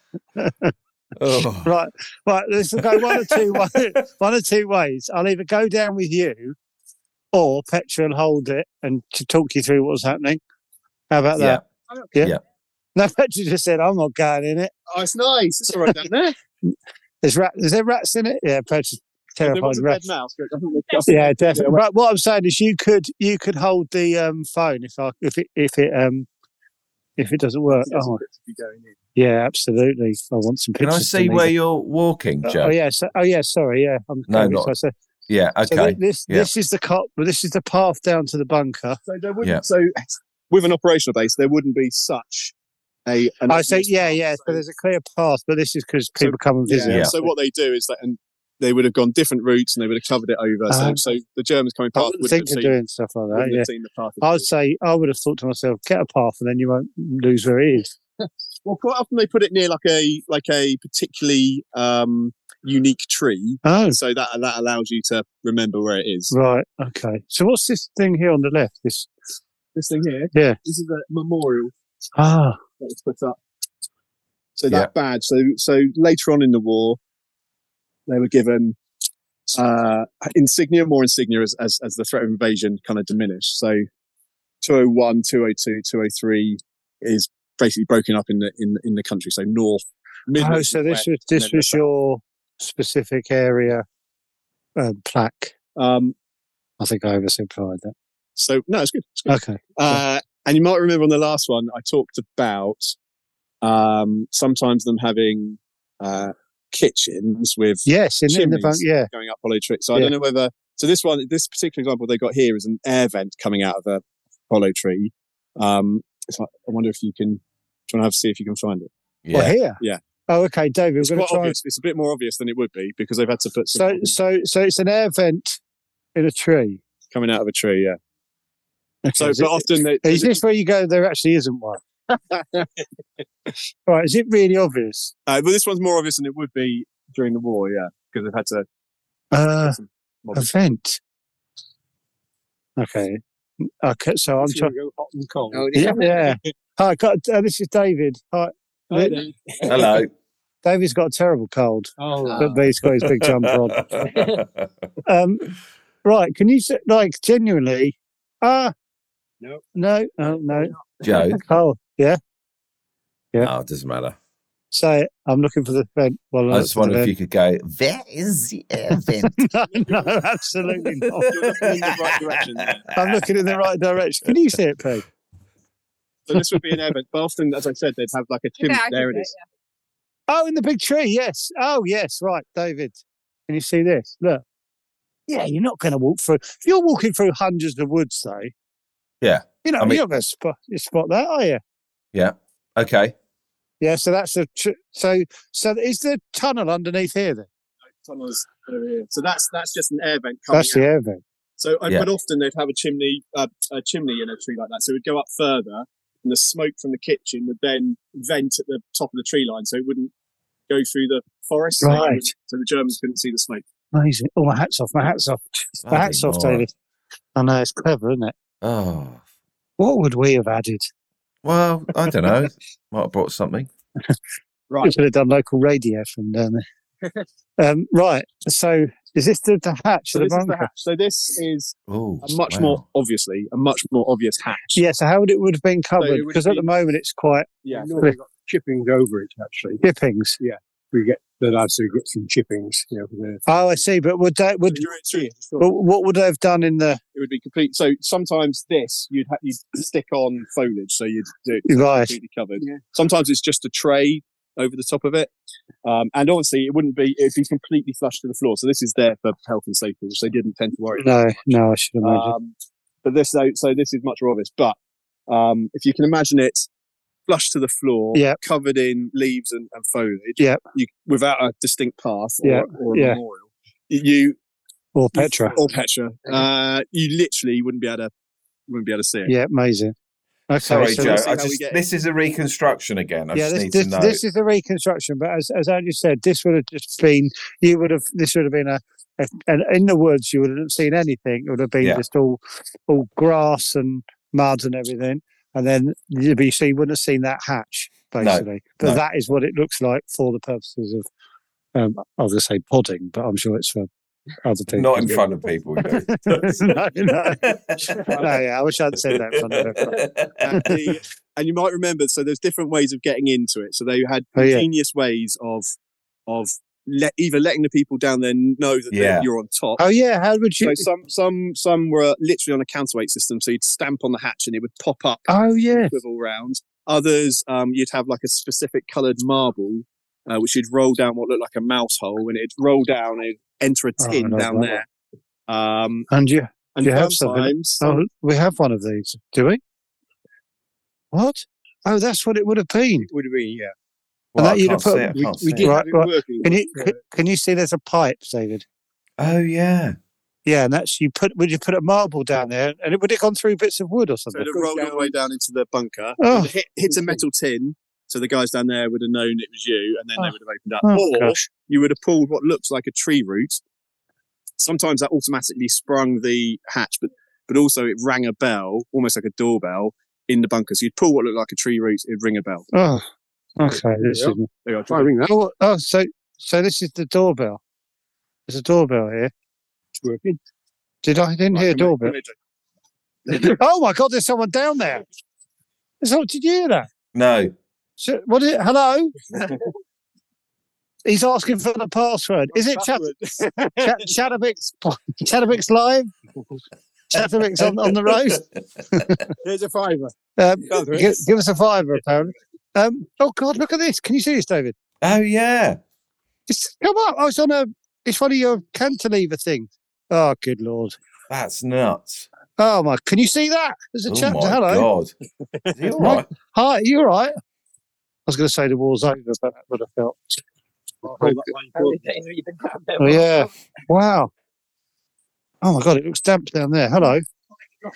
S4: Oh.
S3: Right, right. This will go one or two way- one or two ways. I'll either go down with you, or Petra will hold it and to talk you through what's happening. How about
S4: Yeah.
S3: that? No, Petra just said, "I'm not going in it."
S5: Oh, it's nice. It's all right down there.
S3: There's rat. Is there rats in it? Yeah, Petra's
S5: there was
S3: terrified.
S5: a
S3: of rats.
S5: dead mouse. but I think they just-
S3: Yeah, definitely.
S5: well-
S3: Right, what I'm saying is, you could you could hold the um, phone if I if it if it um if it doesn't work.
S5: Yes,
S3: Oh,
S5: it's be going in.
S3: yeah, absolutely. I want some
S4: Can
S3: pictures.
S4: I
S3: to
S4: see
S3: me.
S4: where you're walking,
S3: Uh,
S4: Joe?
S3: Oh yeah. So, oh yeah. Sorry. Yeah. I'm
S4: No,
S3: going
S4: not-
S3: so,
S4: Yeah. Okay.
S3: So thi- this
S4: yeah.
S3: this is the cop, but this is the path down to the bunker.
S5: So there wouldn't.
S4: Yeah.
S5: So with an operational base, there wouldn't be such a. an
S3: I say,
S5: obvious
S3: yeah,
S5: path.
S3: yeah. Oh, So
S5: So-
S3: there's a clear path, but this is because people come and visit.
S5: Yeah.
S4: Yeah.
S3: us.
S5: So what they do is that, and they would have gone different routes, and they would have covered it over.
S3: Uh-huh.
S5: so, so the Germans coming
S3: I
S5: past
S3: wouldn't
S5: would have
S3: think of
S5: seen,
S3: doing stuff like that.
S5: wouldn't
S3: Yeah.
S5: have seen the path.
S3: I'd say I would have thought to myself, get a path, and then you won't lose where it is.
S5: Well, quite often they put it near like a like a particularly um, unique tree,
S3: Oh,
S5: so that that allows you to remember where it is.
S3: right, okay. So what's this thing here on the left? This
S5: This thing here,
S3: Yeah.
S5: this is a memorial
S3: ah,
S5: that was put up. So that badge. So so later on in the war, they were given uh, insignia, more insignia as, as as the threat of invasion kind of diminished. So 201, 202, 203 is basically broken up in the in in the country. So north,
S3: oh.
S5: Midlands,
S3: So this
S5: west,
S3: was
S5: and
S3: this
S5: then
S3: was your specific area um, plaque.
S5: um.
S3: I think I oversimplified that.
S5: So no, it's good. It's good.
S3: Okay.
S5: Uh, and you might remember on the last one I talked about um, sometimes them having uh, kitchens with
S3: Yes, in, in the bunker.
S5: Chimneys.
S3: Yeah.
S5: going up Apollo tree. So I
S3: Yeah.
S5: don't know whether so this one, this particular example they got here is an air vent coming out of a Apollo tree. Um, it's like, I wonder if you can try and have see if you can find it.
S4: yeah.
S3: Well, here.
S5: Yeah.
S3: Oh, okay, David.
S5: It's
S3: We're
S5: quite
S3: going to try. and-
S5: obvious. It's a bit more obvious than it would be because they've had to put
S3: So,
S5: some
S3: so, so it's an air vent in a tree.
S5: coming out of a tree. Yeah. So,
S3: is
S5: but
S3: it-
S5: often they,
S3: Is this where you go? There actually isn't one. Right? Is it really obvious?
S5: uh, but this one's more obvious than it would be during the war. Yeah, because they've had to.
S3: Uh,
S5: some
S3: a
S5: modern-
S3: vent. Okay. Okay. So I'm
S5: See
S3: trying.
S5: where we go hot and
S2: É
S5: cold.
S7: Oh,
S3: Yeah. yeah. Hi, got, uh, this is David. Hi.
S5: Hi there.
S4: Hello.
S3: David's got a terrible cold,
S5: Oh,
S7: Uh,
S3: but he's got his big jumper on. Um, right? Can you s- like genuinely? Ah,
S5: No.
S3: no, oh, no.
S4: Joe.
S3: Oh, yeah.
S4: Oh, it doesn't matter.
S3: Say it. I'm looking for the vent. Well, uh,
S4: I just wonder if you could go. That is the
S7: é
S4: event.
S3: no, no, absolutely not.
S5: in the right direction there.
S3: I'm looking in the right direction. Can you see it, Peg?
S5: so this would be an air vent. But often, as I said, they'd have like a chimney.
S6: Yeah, I can
S5: there it
S6: see
S5: is.
S3: Oh, in the big tree. Yes. Oh, yes. Right, David. Can you see this? Look. Yeah, you're not going to walk through. If you're walking through hundreds of woods, though.
S4: Yeah,
S3: You know,
S4: I mean-
S3: you're not going to spot, you spot that, are you?
S4: Okay.
S3: Yeah. So that's a tr- so so is the tunnel underneath here then?
S5: tunnels over here. So that's that's just an air vent coming
S3: That's
S5: out.
S3: the air vent.
S5: So uh,
S4: Yeah.
S5: but often they'd have a chimney uh, a chimney in a tree like that. So it would go up further, and the smoke from the kitchen would then vent at the top of the tree line, so it wouldn't go through the forest. So it
S3: Right.
S5: wouldn't- So the Germans couldn't see the smoke.
S3: Amazing. Oh, my hat's off. My hat's off. My
S4: Bloody
S3: hat's off,
S4: moron.
S3: David. I know it's clever, isn't it?
S4: Oh.
S3: What would we have added?
S4: Well, I don't know. Might have brought something.
S3: We
S5: Right.
S3: should have done local radio from down there. um, right. So is this the, the hatch
S5: So
S3: of the
S5: this is the
S3: bunker?
S5: hatch. So this is
S4: Oh,
S5: a much
S4: wow.
S5: more obviously a much more obvious hatch.
S3: Yeah. So how would it would have been covered?
S5: would
S3: Because at the
S5: be-
S3: moment it's quite
S5: Yeah.
S3: normally
S5: got chippings over it actually.
S3: dippings.
S5: We get the lads who get some chippings, you know, there.
S3: Oh, I see. But would that would but what would they have done in the
S5: it would be complete. So sometimes this you'd ha- you'd stick on foliage, so you'd do it
S3: right?
S5: completely covered. Sometimes it's just a tray over the top of it, um, and obviously it wouldn't be it'd be completely flush to the floor. So this is there for health and safety, which they didn't tend to worry. about.
S3: No, no, I should imagine.
S5: Um, but this so, so this is much more obvious. But um, if you can imagine it flush to the floor,
S3: Yep.
S5: covered in leaves and, and foliage,
S3: Yep.
S5: you, without a distinct path or,
S3: Yeah,
S5: or a
S3: yeah.
S5: memorial, you
S3: or Petra.
S5: or Petra. Uh, you literally wouldn't be able to wouldn't be able to see it.
S3: Yeah, amazing. Okay,
S4: Sorry,
S3: so
S4: Joe.
S3: this-
S5: how
S4: I
S5: we
S4: just,
S5: get-
S4: this is a reconstruction again. I
S3: yeah,
S4: just
S3: this,
S4: need
S3: this,
S4: to know.
S3: this is the reconstruction, but as as Andrew said, this would have just been you would have this would have been a, a and in the woods you wouldn't have seen anything. It would have been
S4: Yeah.
S3: just all all grass and mud and everything, and then you'd be so you wouldn't have seen that hatch basically. but
S4: no.
S3: that is what it looks like for the purposes of um, I was going to say podding, but I'm sure it's for other people.
S4: Not in front of people. You know.
S3: no, no. no, Oh, yeah, I wish I'd said that. In front of everyone.
S5: And, the- and you might remember, so there's different ways of getting into it. So they had
S3: Oh, yeah.
S5: ingenious ways of of let either letting the people down there know that they're-
S4: Yeah.
S5: you're on top.
S3: Oh yeah, how would you?
S5: So some some some were literally on a counterweight system, so you'd stamp on the hatch and it would pop up,
S3: oh yeah,
S5: swivel round. Others, um, you'd have like a specific coloured marble, uh, which you'd roll down what looked like a mouse hole, and it'd roll down and enter a
S3: Oh, I
S5: tin
S3: love
S5: down
S3: that
S5: there, Um,
S3: And you,
S5: and
S3: you have something.
S5: sometimes,
S3: Oh, we have one of these, do we? What? Oh, that's what it would have been.
S5: would be yeah.
S3: And that
S4: I
S3: you'd
S4: can't
S3: have
S4: see
S3: put-
S4: it, I
S5: We,
S4: can't
S5: we
S4: see
S5: did
S4: it.
S3: Oh, Right,
S5: have it
S3: right.
S5: working.
S3: Can you
S5: Yeah.
S3: c- can you see? There's a pipe, David.
S4: Oh yeah.
S3: Yeah, and that's you put. Would you put a marble down there, and it would it gone through bits of wood or
S5: So
S3: something?
S5: it rolled all the way down into the bunker.
S3: Oh.
S5: It hit, hits a metal tin, so the guys down there would have known it was you, and then they
S3: Oh.
S5: would have opened up.
S3: Oh,
S5: or
S3: gosh.
S5: you would have pulled what looks like a tree root. Sometimes that automatically sprung the hatch, but but also it rang a bell, almost like a doorbell in the bunker. So you'd pull what looked like a tree root, it'd ring a bell.
S3: Oh, okay. This
S5: Yeah.
S3: is
S5: There you are,
S3: I ring that. Oh, oh, so so this is the doorbell. There's a doorbell here.
S5: it's working.
S3: Did I I didn't
S5: Right,
S3: hear a
S5: come here,
S3: doorbell?
S5: come here, Jake.
S3: oh my god, there's someone down there. So, did you hear that?
S4: No.
S3: So, what is it? Hello? He's asking for the password. Is it Chat Chat Chatterbox Chatterbox Live? Chatterbox on, on the road?
S5: Here's a fiver.
S3: Um,
S5: Go for it.
S3: give, give us a fiver, apparently. Um, oh god, look at this. Can you see this, David?
S4: Oh yeah.
S3: It's come up. I was on a it's one of your cantilever things. Oh good lord.
S4: That's nuts.
S3: Oh my! Can you see that? There's a
S4: Oh
S3: chapter.
S4: my
S3: Hello.
S4: god. Is he all right?
S3: Hi. You all right? I was going to say the war's over, but that would have felt. Oh, yeah. Wow. Oh my god! It looks damp down there. Hello. Have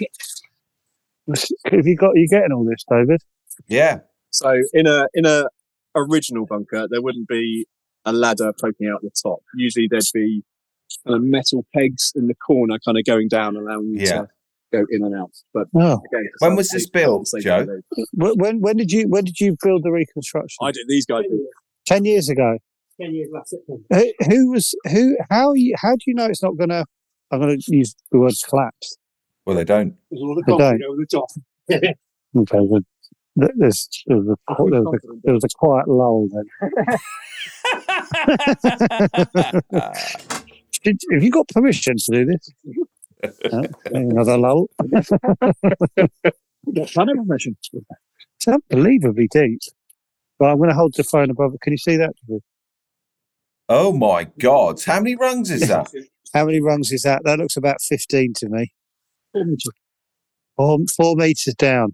S3: you got? Are you getting all this, David?
S4: Yeah.
S5: So in a in a original bunker, there wouldn't be a ladder poking out the top. Usually there'd be kind of metal pegs in the corner, kind of going down, allowing you
S4: Yeah.
S5: to go in and out. But
S3: No.
S5: again,
S4: When was this built,
S5: safety
S4: Joe?
S5: road.
S3: Wh- When? When did you? When did you build the reconstruction?
S5: I do. These guys. do.
S3: Ten years ago. Ten years last Who, who was? Who? How? You, how do you know it's not going to? I'm going to use the word collapse.
S4: Well, they don't.
S3: They don't. Okay, good. Th- There's, there, was a, there, was a, there was a quiet lull then. Did, have you got permission to do this? Oh, No? Another lull. permission. It's unbelievably deep. But I'm going to hold the phone above it. Can you see that?
S4: oh my god. How many rungs is that?
S3: How many rungs is that? That looks about 15 to me. Four, four metres down.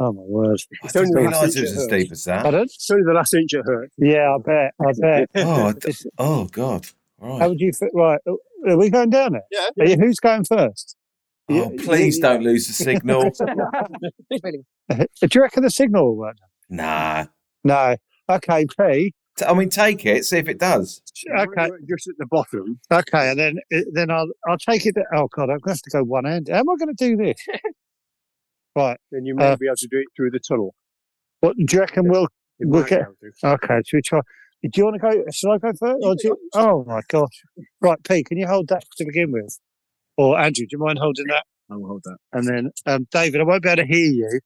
S3: Oh, my word.
S4: I didn't
S5: only
S4: realise it
S5: half
S4: was as
S5: inch
S4: deep as that.
S3: Pardon?
S5: Sorry, the last inch it hurt.
S3: Yeah, I bet. I bet.
S4: Oh, I d- oh god. Right.
S3: How would you fit? Right. Are we going down it?
S5: Yeah.
S3: Are you- who's going first? you-
S4: Oh, please
S3: you-
S4: don't lose the signal.
S3: Do you reckon the signal will work?
S4: nah.
S3: No. Okay, P.
S4: T- I mean, take it. See if it does.
S3: Okay.
S5: Just at the bottom.
S3: Okay, and then then I'll I'll take it. Oh God, I'm going to have to go one hand. How am I going to do this? right.
S5: Then you
S3: may
S5: be able to do it through the tunnel.
S3: What do you reckon? We'll we'll get. Okay, should we try? Do you want to go? Shall I go first? Or do you, oh my gosh! Right, P. Can you hold that to begin with? Or Andrew, do you mind holding that?
S5: I will hold that.
S3: And then um, David, I won't be able to hear you.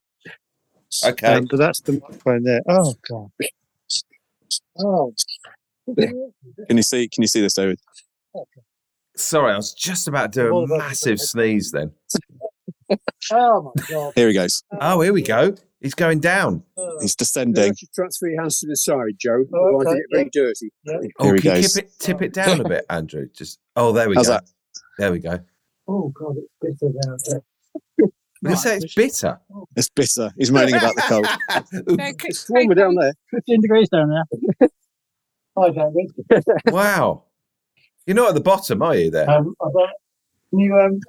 S4: Okay.
S3: Um, but that's the microphone there. Oh God. Oh.
S5: Can you see? Can you see this, David?
S4: Sorry, I was just about to do a massive sneeze then.
S3: Oh my God.
S5: Here he goes.
S4: Oh, here we go. He's going down.
S5: He's descending.
S3: transfer your hands to the side, Joe. Oh, okay. yeah.
S5: dirty.
S4: Oh,
S5: Here he
S4: can you
S5: goes.
S4: tip it, tip it down a bit, Andrew? Just oh, there we
S5: How's
S4: go.
S5: that?
S4: There we go.
S3: oh God, it's bitter down there.
S4: They say it's bitter.
S5: It's bitter. He's moaning about the cold.
S4: Ooh,
S6: It's
S3: there. 15 degrees down there. Hi, David.
S4: wow. You're not at the bottom, are you? There.
S3: Um, I don't, can you, um,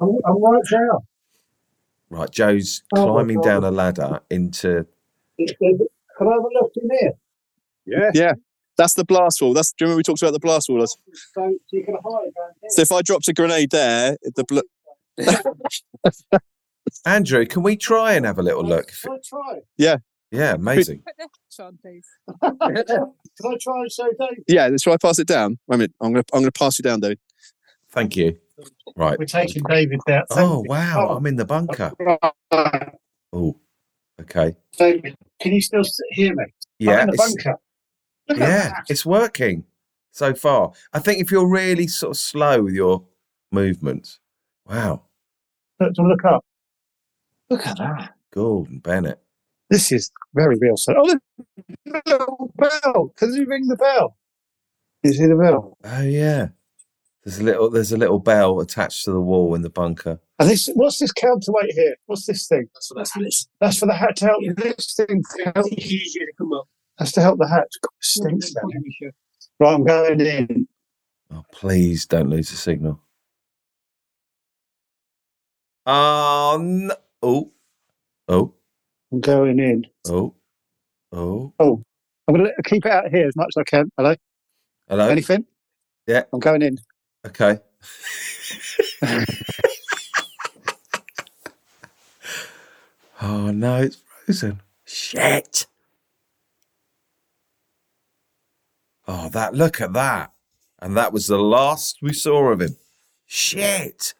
S3: I'm, I'm right now.
S4: Right, Joe's
S3: Oh, my
S4: climbing
S3: God.
S4: down a ladder into.
S3: It's, it's, can I have a look in here?
S5: Yeah. Yeah. That's the blast wall. That's do you remember we talked about the blast wall?
S3: So, so you can hide down here.
S5: So if I dropped a grenade there, the bl-
S4: Andrew, can we try and have a little look?
S3: Can I try?
S4: Yeah, amazing.
S6: Sean, please.
S3: can I try and show David?
S5: yeah, shall I pass it down? Wait a minute, I'm gonna I'm gonna pass you down, David.
S4: Thank you. Right.
S3: We're taking David out.
S4: Oh wow, I'm in the bunker.
S3: Right,
S4: Oh, okay.
S3: David, can you still s- hear me? I'm
S4: Yeah,
S3: in the
S4: it's,
S3: bunker. Look at
S4: yeah,
S3: that.
S4: it's working so far. I think if you're really sort of slow with your movements, wow,
S3: Look, do you want to look up. Look at that.
S4: Gordon Bennett.
S3: This is very real. So, oh, the little bell. Can you ring the bell? You see the bell?
S4: Oh yeah, There's a little there's a little bell attached to the wall in the bunker.
S1: And this, what's this counterweight here? What's this thing? That's for that. That's for the hat to help. This thing to help. That's to help the hat. God, it stinks now. Right, I'm going in.
S4: Oh, please don't lose the signal. Oh, no. oh, oh,
S1: I'm going in.
S4: oh, oh.
S1: I'm going to keep it out here as much as I can. Hello.
S4: Hello.
S1: Anything?
S4: Yeah.
S1: I'm going in.
S4: Okay. oh no, it's frozen. Shit. Oh, that look at that. And that was the last we saw of him. Shit.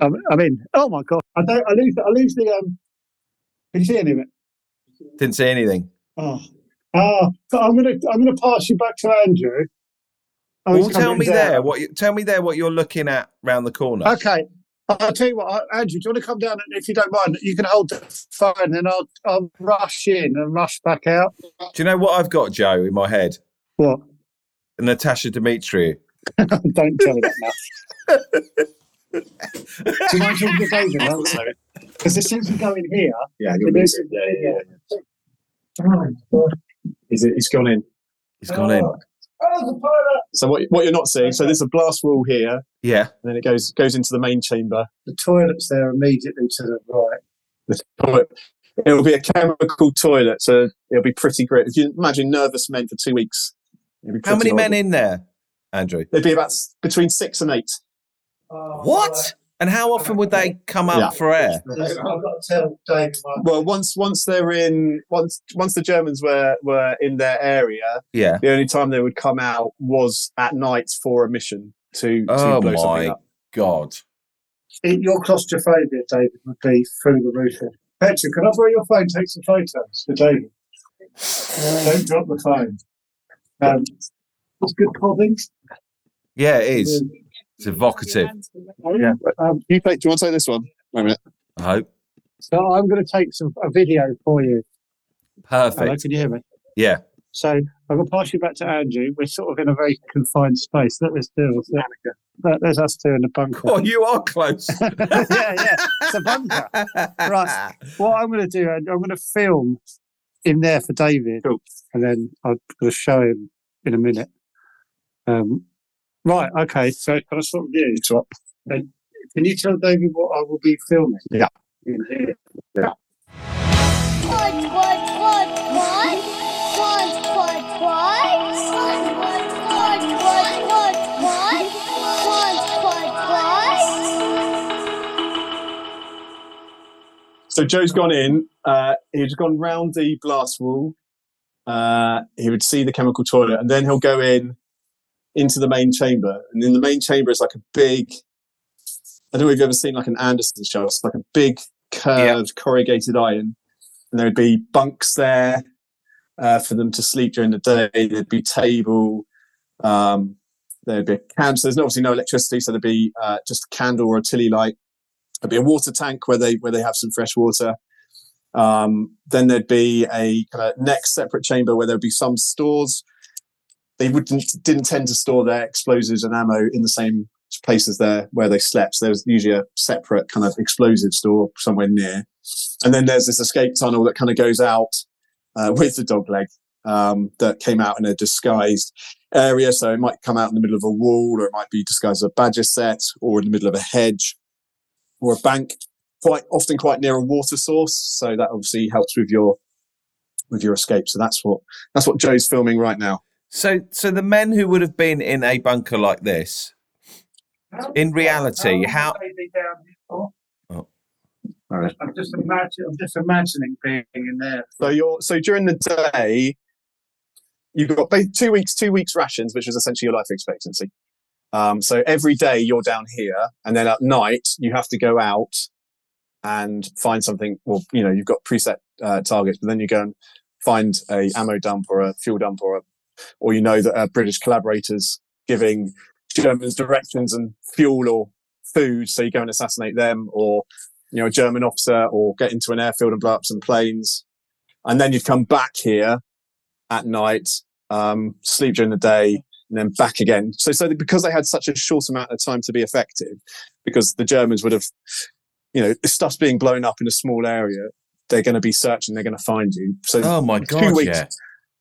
S1: I'm, I'm in. Oh my god! I don't. I lose. the- I lose the. Um. Can you see any of it?
S4: Didn't see anything.
S1: Oh. Ah. So I'm gonna. I'm gonna pass you back to Andrew. Oh, he's
S4: well, tell
S1: coming
S4: me
S1: down.
S4: there what you, tell me there what you're looking at round the corner.
S1: Okay. I'll tell you what, uh, Andrew. Do you want to come down? And if you don't mind, you can hold the phone, and I'll I'll rush in and rush back out.
S4: Do you know what I've got, Joe, in my head?
S1: What?
S4: Natasha Dimitri.
S1: don't tell me that now. Do you mind talking to David? Because as soon as we go in here,
S5: Yeah,
S1: you'll be- yeah, yeah,
S4: Oh
S5: Is it? It's gone in.
S4: He's gone
S1: Oh.
S4: in.
S5: So what? What you're not seeing? So there's a blast wall here, and
S4: Yeah.
S5: then it goes goes into the main chamber.
S1: the toilet's there immediately to the right.
S5: the toilet. It'll be a chemical toilet, so it'll be pretty great. If you imagine nervous men for two weeks, it'll be
S4: How
S5: pretty
S4: many men
S5: horrible.
S4: in there, Andrew?
S5: There'd be about s- between six and eight.
S4: What? And how often would they come up
S5: Yeah.
S4: for air?
S1: I've got to tell David.
S5: Well, once once they're in, once once the Germans were were in their area,
S4: Yeah.
S5: the only time they would come out was at night for a mission to, to
S4: Oh
S5: blow something
S4: my
S5: up.
S4: god.
S1: Your claustrophobia, David, would be through the roof. here. Petra, can I borrow your phone? Take some photos for David. Don't drop the phone. Um, it's good podding.
S4: Yeah, it is. It's evocative.
S1: Yeah. Um,
S5: You take, do you want to take this one? Wait a minute.
S4: I hope.
S1: so I'm going to take some a video for you. Hello,
S4: Perfect.
S1: can you hear me?
S4: Yeah.
S1: So I'm going to pass you back to Andrew. We're sort of in a very confined space. Let us do it. Look, There's us two in the bunker.
S4: Oh, you are close.
S1: yeah, yeah. It's a bunker. Right. What I'm going to do, Andrew, I'm going to film in there for David, and then I'm going to show him in a minute. Um, right. Okay. So can I stop you? Stop. And can you tell David what I will be filming?
S5: Yeah.
S1: In here.
S8: Quad, quad, quad, quad. Quad, quad, quad. Quad, quad, quad, quad, quad, quad. Quad, quad, quad.
S5: So Joe's gone in. Uh, he's gone round the blast wall. Uh, he would see the chemical toilet, and then he'll go in into the main chamber. And in the main chamber is like a big. I don't know if you've ever seen like an Anderson shell. It's like a big curved corrugated iron, and there would be bunks there uh, for them to sleep during the day. There'd be table. Um, there'd be a candle. So there's obviously no electricity, so there'd be uh, just a candle or a tilly light. There'd be a water tank where they where they have some fresh water. Um, then there'd be a kind of next separate chamber where there'd be some stores. They wouldn't didn't tend to store their explosives and ammo in the same place as their where they slept. So there's usually a separate kind of explosive store somewhere near. And then there's this escape tunnel that kind of goes out uh, with the dog leg um, that came out in a disguised area. So it might come out in the middle of a wall, or it might be disguised as a badger set, or in the middle of a hedge or a bank, quite often quite near a water source. So that obviously helps with your with your escape. So that's what that's what Joe's filming right now.
S4: So so the men who would have been in a bunker like this, in reality,
S1: Oh,
S4: how Oh.
S1: I'm just imagining. I'm just imagining being in there.
S5: So you're so during the day, you've got ba- two weeks two weeks rations, which is essentially your life expectancy. Um, so every day you're down here, and then at night you have to go out and find something. Well, you know you've got preset uh, targets, but then you go and find a ammo dump or a fuel dump or a, or you know that uh, British collaborators giving Germans directions and fuel or food, so you go and assassinate them, or you know a German officer, or get into an airfield and blow up some planes. and then you'd come back here at night, um, sleep during the day, and then back again. So, so because they had such a short amount of time to be effective, because the Germans would have, you know, if stuff's being blown up in a small area, they're going to be searching, they're going to find you. So,
S4: Oh my
S5: two
S4: god!
S5: weeks.
S4: Yeah.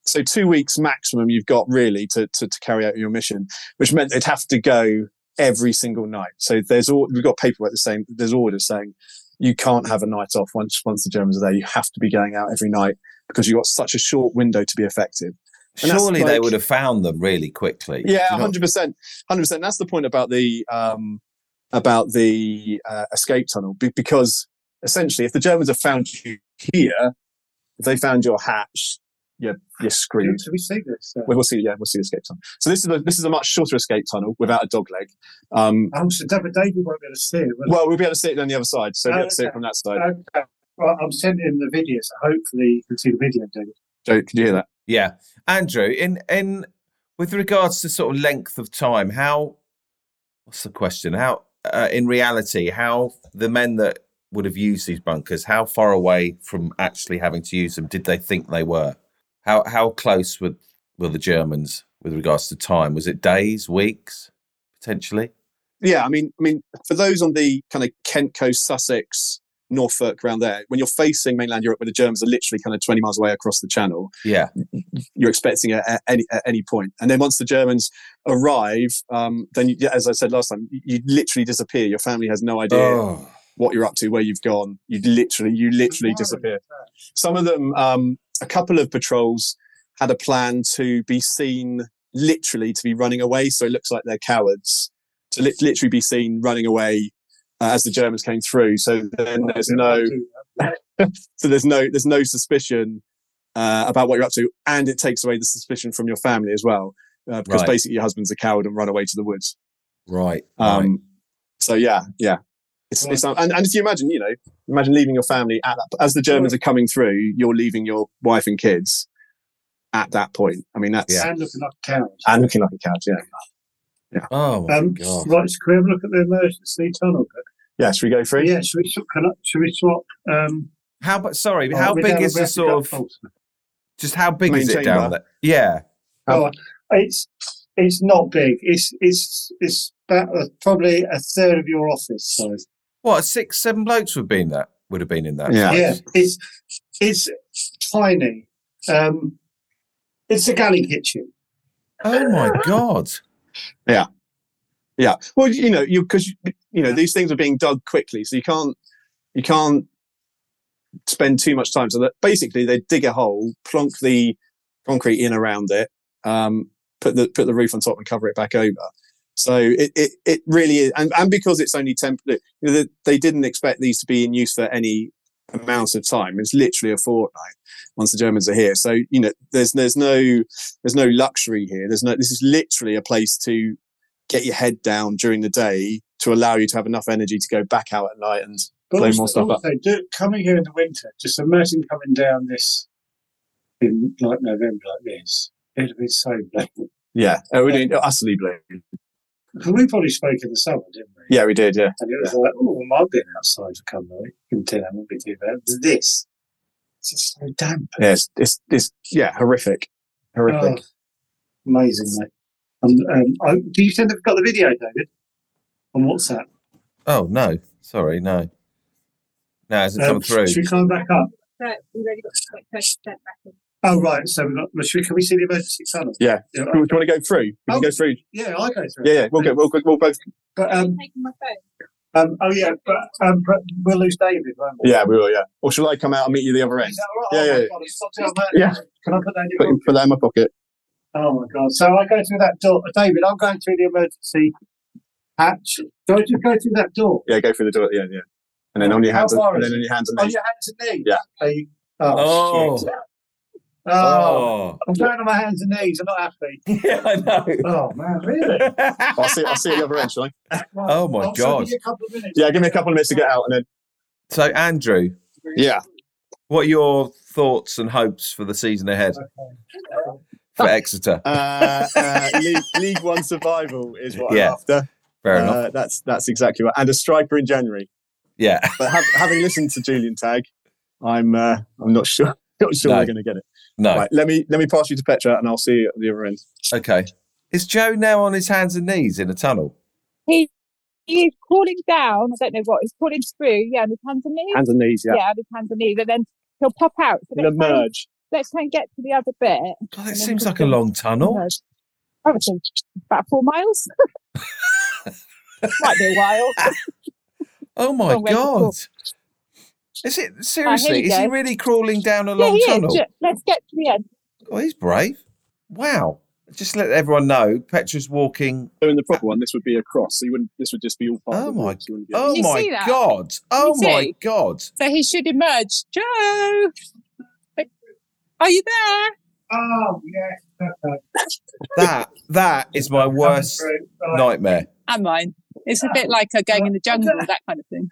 S5: So two weeks maximum you've got really to, to, to carry out your mission, which meant they'd have to go every single night. So there's all we've got paperwork that's saying there's orders saying you can't have a night off once once the Germans are there. You have to be going out every night because you've got such a short window to be effective. And that's
S4: Surely they
S5: like-
S4: would have found them really quickly. Do
S5: Yeah,
S4: you know-
S5: hundred percent, hundred percent. That's the point about the um, about the uh, escape tunnel be- because essentially, if the Germans have found you here, if they found your hatch, you're you're screwed.
S1: Should we see this? Uh,
S5: We- We'll see. Yeah, we'll see the escape tunnel. So this is a, this is a much shorter escape tunnel without a dog leg. Um,
S1: oh, so David David won't be able to see it. will he?
S5: well, we'll be able to see it on the other side. So we'll be able to see it from that side.
S1: okay. well, I'm sending him the video, so hopefully you can see the video, David.
S5: Joe, can you hear that?
S4: Yeah, Andrew. In in with regards to sort of length of time, how? What's the question? How uh, in reality, how the men that would have used these bunkers, how far away from actually having to use them did they think they were? How how close were were the Germans with regards to time? Was it days, weeks, potentially?
S5: Yeah, I mean, I mean, for those on the kind of Kent coast, Sussex, Norfolk, around there, when you're facing mainland Europe, where the Germans are literally kind of 20 miles away across the Channel,
S4: Yeah,
S5: you're expecting it at any at any point. And then once the Germans arrive, um, then you, yeah, as I said last time, you, you literally disappear. Your family has no idea
S4: Oh.
S5: what you're up to, where you've gone. You literally, you literally disappear. Some of them, um, a couple of patrols had a plan to be seen literally to be running away. So it looks like they're cowards to lit literally be seen running away uh, as the Germans came through. So then there's no, so there's no, there's no suspicion uh, about what you're up to, and it takes away the suspicion from your family as well, uh, because
S4: Right.
S5: basically your husband's a coward and run away to the woods.
S4: right.
S5: Um,
S4: right.
S5: So yeah, yeah. It's, it's and, and if you imagine, you know, imagine leaving your family at that as the Germans are coming through, you're leaving your wife and kids at that point. I mean, that's
S1: And looking like a coward.
S5: and looking like a coward. Yeah,
S4: Oh my
S1: Um,
S4: god.
S1: right, so can we have a look at the emergency tunnel?
S5: yeah. Should we go through?
S1: Yeah, should we, swap- can I, should we swap? Um,
S4: How but sorry,
S1: oh,
S4: how
S1: we
S4: big
S1: don't-
S4: is
S1: we
S4: the
S1: have to go
S4: sort of
S1: false.
S4: just how big is
S5: Main
S4: it down
S5: chamber.
S4: there? Yeah.
S1: Oh, it's it's not big. It's it's it's about uh, probably a third of your office size.
S4: What six, seven blokes would have been that would have been in that.
S5: Yeah.
S1: Yeah, it's it's tiny. Um, it's a galley kitchen.
S4: Oh my god.
S5: Yeah. Well, you know, you because you know these things are being dug quickly, so you can't you can't spend too much time. So that basically they dig a hole, plonk the concrete in around it, um, put the put the roof on top and cover it back over. So it it, it really is, and, and because it's only temporary, you know, they, they didn't expect these to be in use for any amount of time. It's literally a fortnight once the Germans are here. So you know, there's there's no there's no luxury here. There's no this is literally a place to get your head down during the day to allow you to have enough energy to go back out at night and
S1: But
S5: Blow
S1: also,
S5: more stuff up.
S1: also, do, coming here in the winter, just imagine coming down this in like November like this. It'd be so bleak.
S5: yeah, it would be utterly blue.
S1: And we probably spoke in the summer, didn't we?
S5: Yeah, we did. Yeah,
S1: And it was like, oh, well, I've been outside for come night. In ten, I wouldn't be too bad. But This, it's just so damp.
S5: yeah, it's, it's, it's yeah horrific, horrific.
S1: Oh, amazing, mate. And, um, I, do you think they've got the video, David? On WhatsApp?
S4: Oh no. Sorry, no. No, it hasn't
S1: Um,
S4: come through.
S1: Should we climb back up?
S8: So we've only got like 30 percent back in.
S1: Oh, right. So we've got, well, should, we- can we see the emergency tunnel?
S5: Yeah.
S1: Yeah,
S5: Do
S9: Oh.
S1: I-
S5: you want to go through? We can
S1: Oh.
S5: go through.
S1: yeah I go through.
S5: Yeah,
S1: it.
S5: yeah, we'll go. We'll, go- we'll both.
S1: But,
S8: Have you
S1: um,
S8: taken my phone.
S1: um, oh, yeah, but, um, but we'll lose David, won't we?
S5: Yeah, we will. Yeah. Or shall I come out and meet you the other end?
S1: Is that all right?
S5: Yeah,
S1: oh,
S5: yeah,
S1: my
S5: yeah.
S1: God, it's not down there.
S5: Yeah.
S1: Can I put that in
S5: Put,
S1: your book?
S5: put that in my pocket.
S1: Oh, my God. So I go through that door. Uh, David, I'm going through the emergency hatch. Do I just go through that door?
S5: Yeah, go through the door at the end. Yeah. And then on your
S1: How
S5: hands. And,
S1: far
S5: and
S1: is Oh,
S5: then on your hands and
S1: On
S5: knees.
S1: your hands and knees?
S5: Yeah.
S1: Okay. Oh,
S4: Oh.
S1: shit. oh.
S4: Oh.
S1: I'm going on my hands and knees. I'm not happy.
S4: yeah, I know.
S1: Oh man, really?
S5: I'll see. I'll see you at the other end, shall I?
S4: Oh, my
S1: I'll send
S4: God.
S1: you a couple of minutes.
S5: Yeah. Give me a couple of minutes to get out, and
S4: so Andrew,
S5: then yeah.
S4: what are your thoughts and hopes for the season ahead for Exeter?
S5: Uh, uh, League, League One survival is what
S4: Yeah.
S5: I'm after.
S4: Fair enough.
S5: Uh, that's that's exactly what. And a striker in January.
S4: Yeah.
S5: But ha- having listened to Julian Tag, I'm uh, I'm not sure Not sure
S4: No.
S5: we're going to get it.
S4: No.
S5: Right, let me let me pass you to Petra, and I'll see you at the other end.
S4: Okay. Is Joe now on his hands and knees in a tunnel?
S8: He he's crawling down. I don't know what he's crawling through. Yeah, on his hands and knees.
S5: Hands and knees, yeah.
S8: yeah, on his hands and knees, and then he'll pop out. So
S5: He'll
S8: let's try and-
S5: emerge.
S8: Let's try and get to the other bit.
S4: God, that seems like a long tunnel.
S8: I would say about four miles. Might be a while.
S4: Oh my
S8: Long way to
S4: god!
S8: crawl.
S4: Is it seriously?
S8: Oh, you
S4: is he
S8: go.
S4: really crawling down a
S8: yeah,
S4: long
S8: he
S4: tunnel?
S8: is. Ju- Let's get to the end.
S4: Oh, he's brave. Wow. Just let everyone know, Petra's walking.
S5: So in the proper one, this would be a cross. So you wouldn't. This would just be all part.
S4: Oh
S5: of the
S4: my-
S5: walls, you wouldn't be able
S4: Oh
S8: you see
S4: my
S8: that?
S4: god! Oh
S8: You
S4: my
S8: see?
S4: god!
S8: So he should emerge. Joe, are you there?
S9: Oh, yes.
S4: That that is my worst nightmare.
S8: Am mine. It's a bit like uh, going in the jungle, that kind of thing.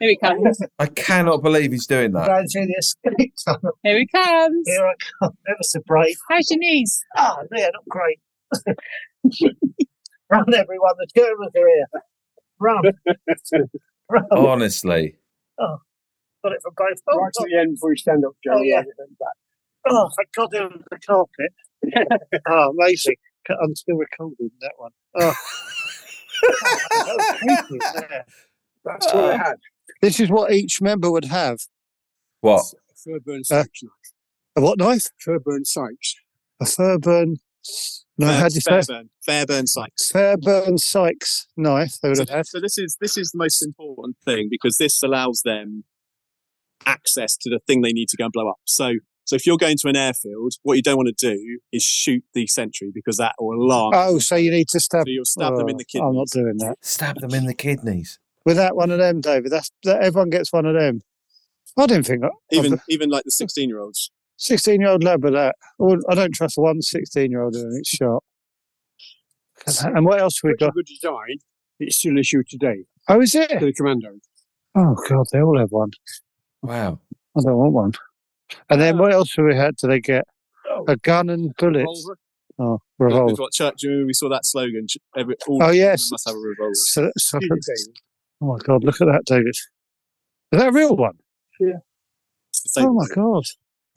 S8: Here he comes.
S4: I cannot believe he's doing that.
S9: Going through the escape tunnel.
S8: Here he comes.
S9: Here I come. Never so brave.
S8: How's your knees?
S9: Ah, they're not great. Run, everyone. The Germans are here. Run. Run.
S4: Honestly,
S9: Got it from both. Oh,
S10: right at the end before you stand up, Joe.
S9: Oh, yeah. oh, thank God there was the carpet. oh, amazing. I'm still recording that one. Oh. that was creepy, yeah.
S10: That's what I had.
S3: This is what each member would have.
S4: what?
S10: Furburn Sykes.
S3: A what knife?
S10: Furburn Sykes.
S3: A Fairburn. No, how do you say?
S5: Fairburn, Fairburn Sykes.
S3: Fairburn Sykes knife. They would
S5: So,
S3: have had.
S5: so this is this is the most important thing because this allows them access to the thing they need to go and blow up. So so if you're going to an airfield, what you don't want to do is shoot the sentry because that will alarm.
S3: Oh, so you need to stab.
S5: So you'll stab them in the
S3: Oh, I'm not
S5: kidneys.
S3: doing that.
S4: Stab them in the kidneys.
S3: Without one of them, David. That's that. Everyone gets one of them. I don't think I-
S5: even even like the sixteen year olds.
S3: 16 year old lad with that. I wouldn't- I don't trust one 16 year old in it shot. Uh, um, And what else we
S10: Pretty
S3: got?
S10: good design. It's still an issue today.
S3: Oh, is it?
S10: For the commandos.
S3: Oh, God, they all have one.
S4: Wow.
S3: I don't want one. And
S1: Ah.
S3: then what else do we had? Do they get?
S10: Oh.
S3: A gun and bullets.
S10: Revolver.
S3: Oh,
S5: We've
S3: revolver.
S5: got church. do you remember We saw that slogan. ch- Every, all
S3: Oh,
S5: children
S3: yes.
S5: must have a revolver.
S3: So, so,
S10: Did it, David?
S3: oh, my God, look at that, David. Is that a real one?
S5: It's the same
S3: Oh, my
S5: thing.
S3: God.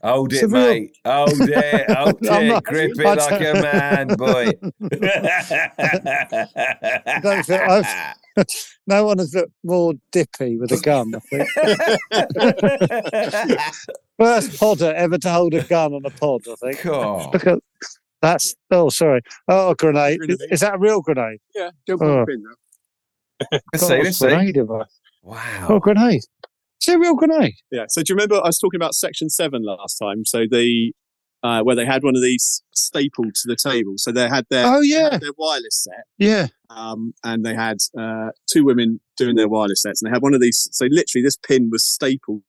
S4: Oh dear,
S3: Severe-
S4: mate. Oh dear. Oh
S3: I'm
S4: dear.
S3: not-
S4: Grip it
S3: I
S4: like a
S3: don't-
S4: man, boy.
S3: don't think I've- No one has looked more dippy with a gun. I think. First podder ever to hold a gun on a pod, I think.
S4: God.
S3: Look at that's oh sorry. Oh grenade. Is, is that a real grenade?
S10: Yeah, don't
S3: Oh.
S10: put it in though.
S4: Let's
S3: God,
S4: see, let's
S3: it's
S4: see.
S3: grenade, have I? Oh
S4: Wow.
S3: grenade. Is it a real grenade?
S5: Yeah. So do you remember I was talking about section seven last time? So the uh, where they had one of these stapled to the table. So they had their
S3: Oh
S5: they had
S3: yeah.
S5: their wireless set.
S3: Yeah.
S5: um, and they had uh, two women doing their wireless sets, and they had one of these. So literally, this pin was stapled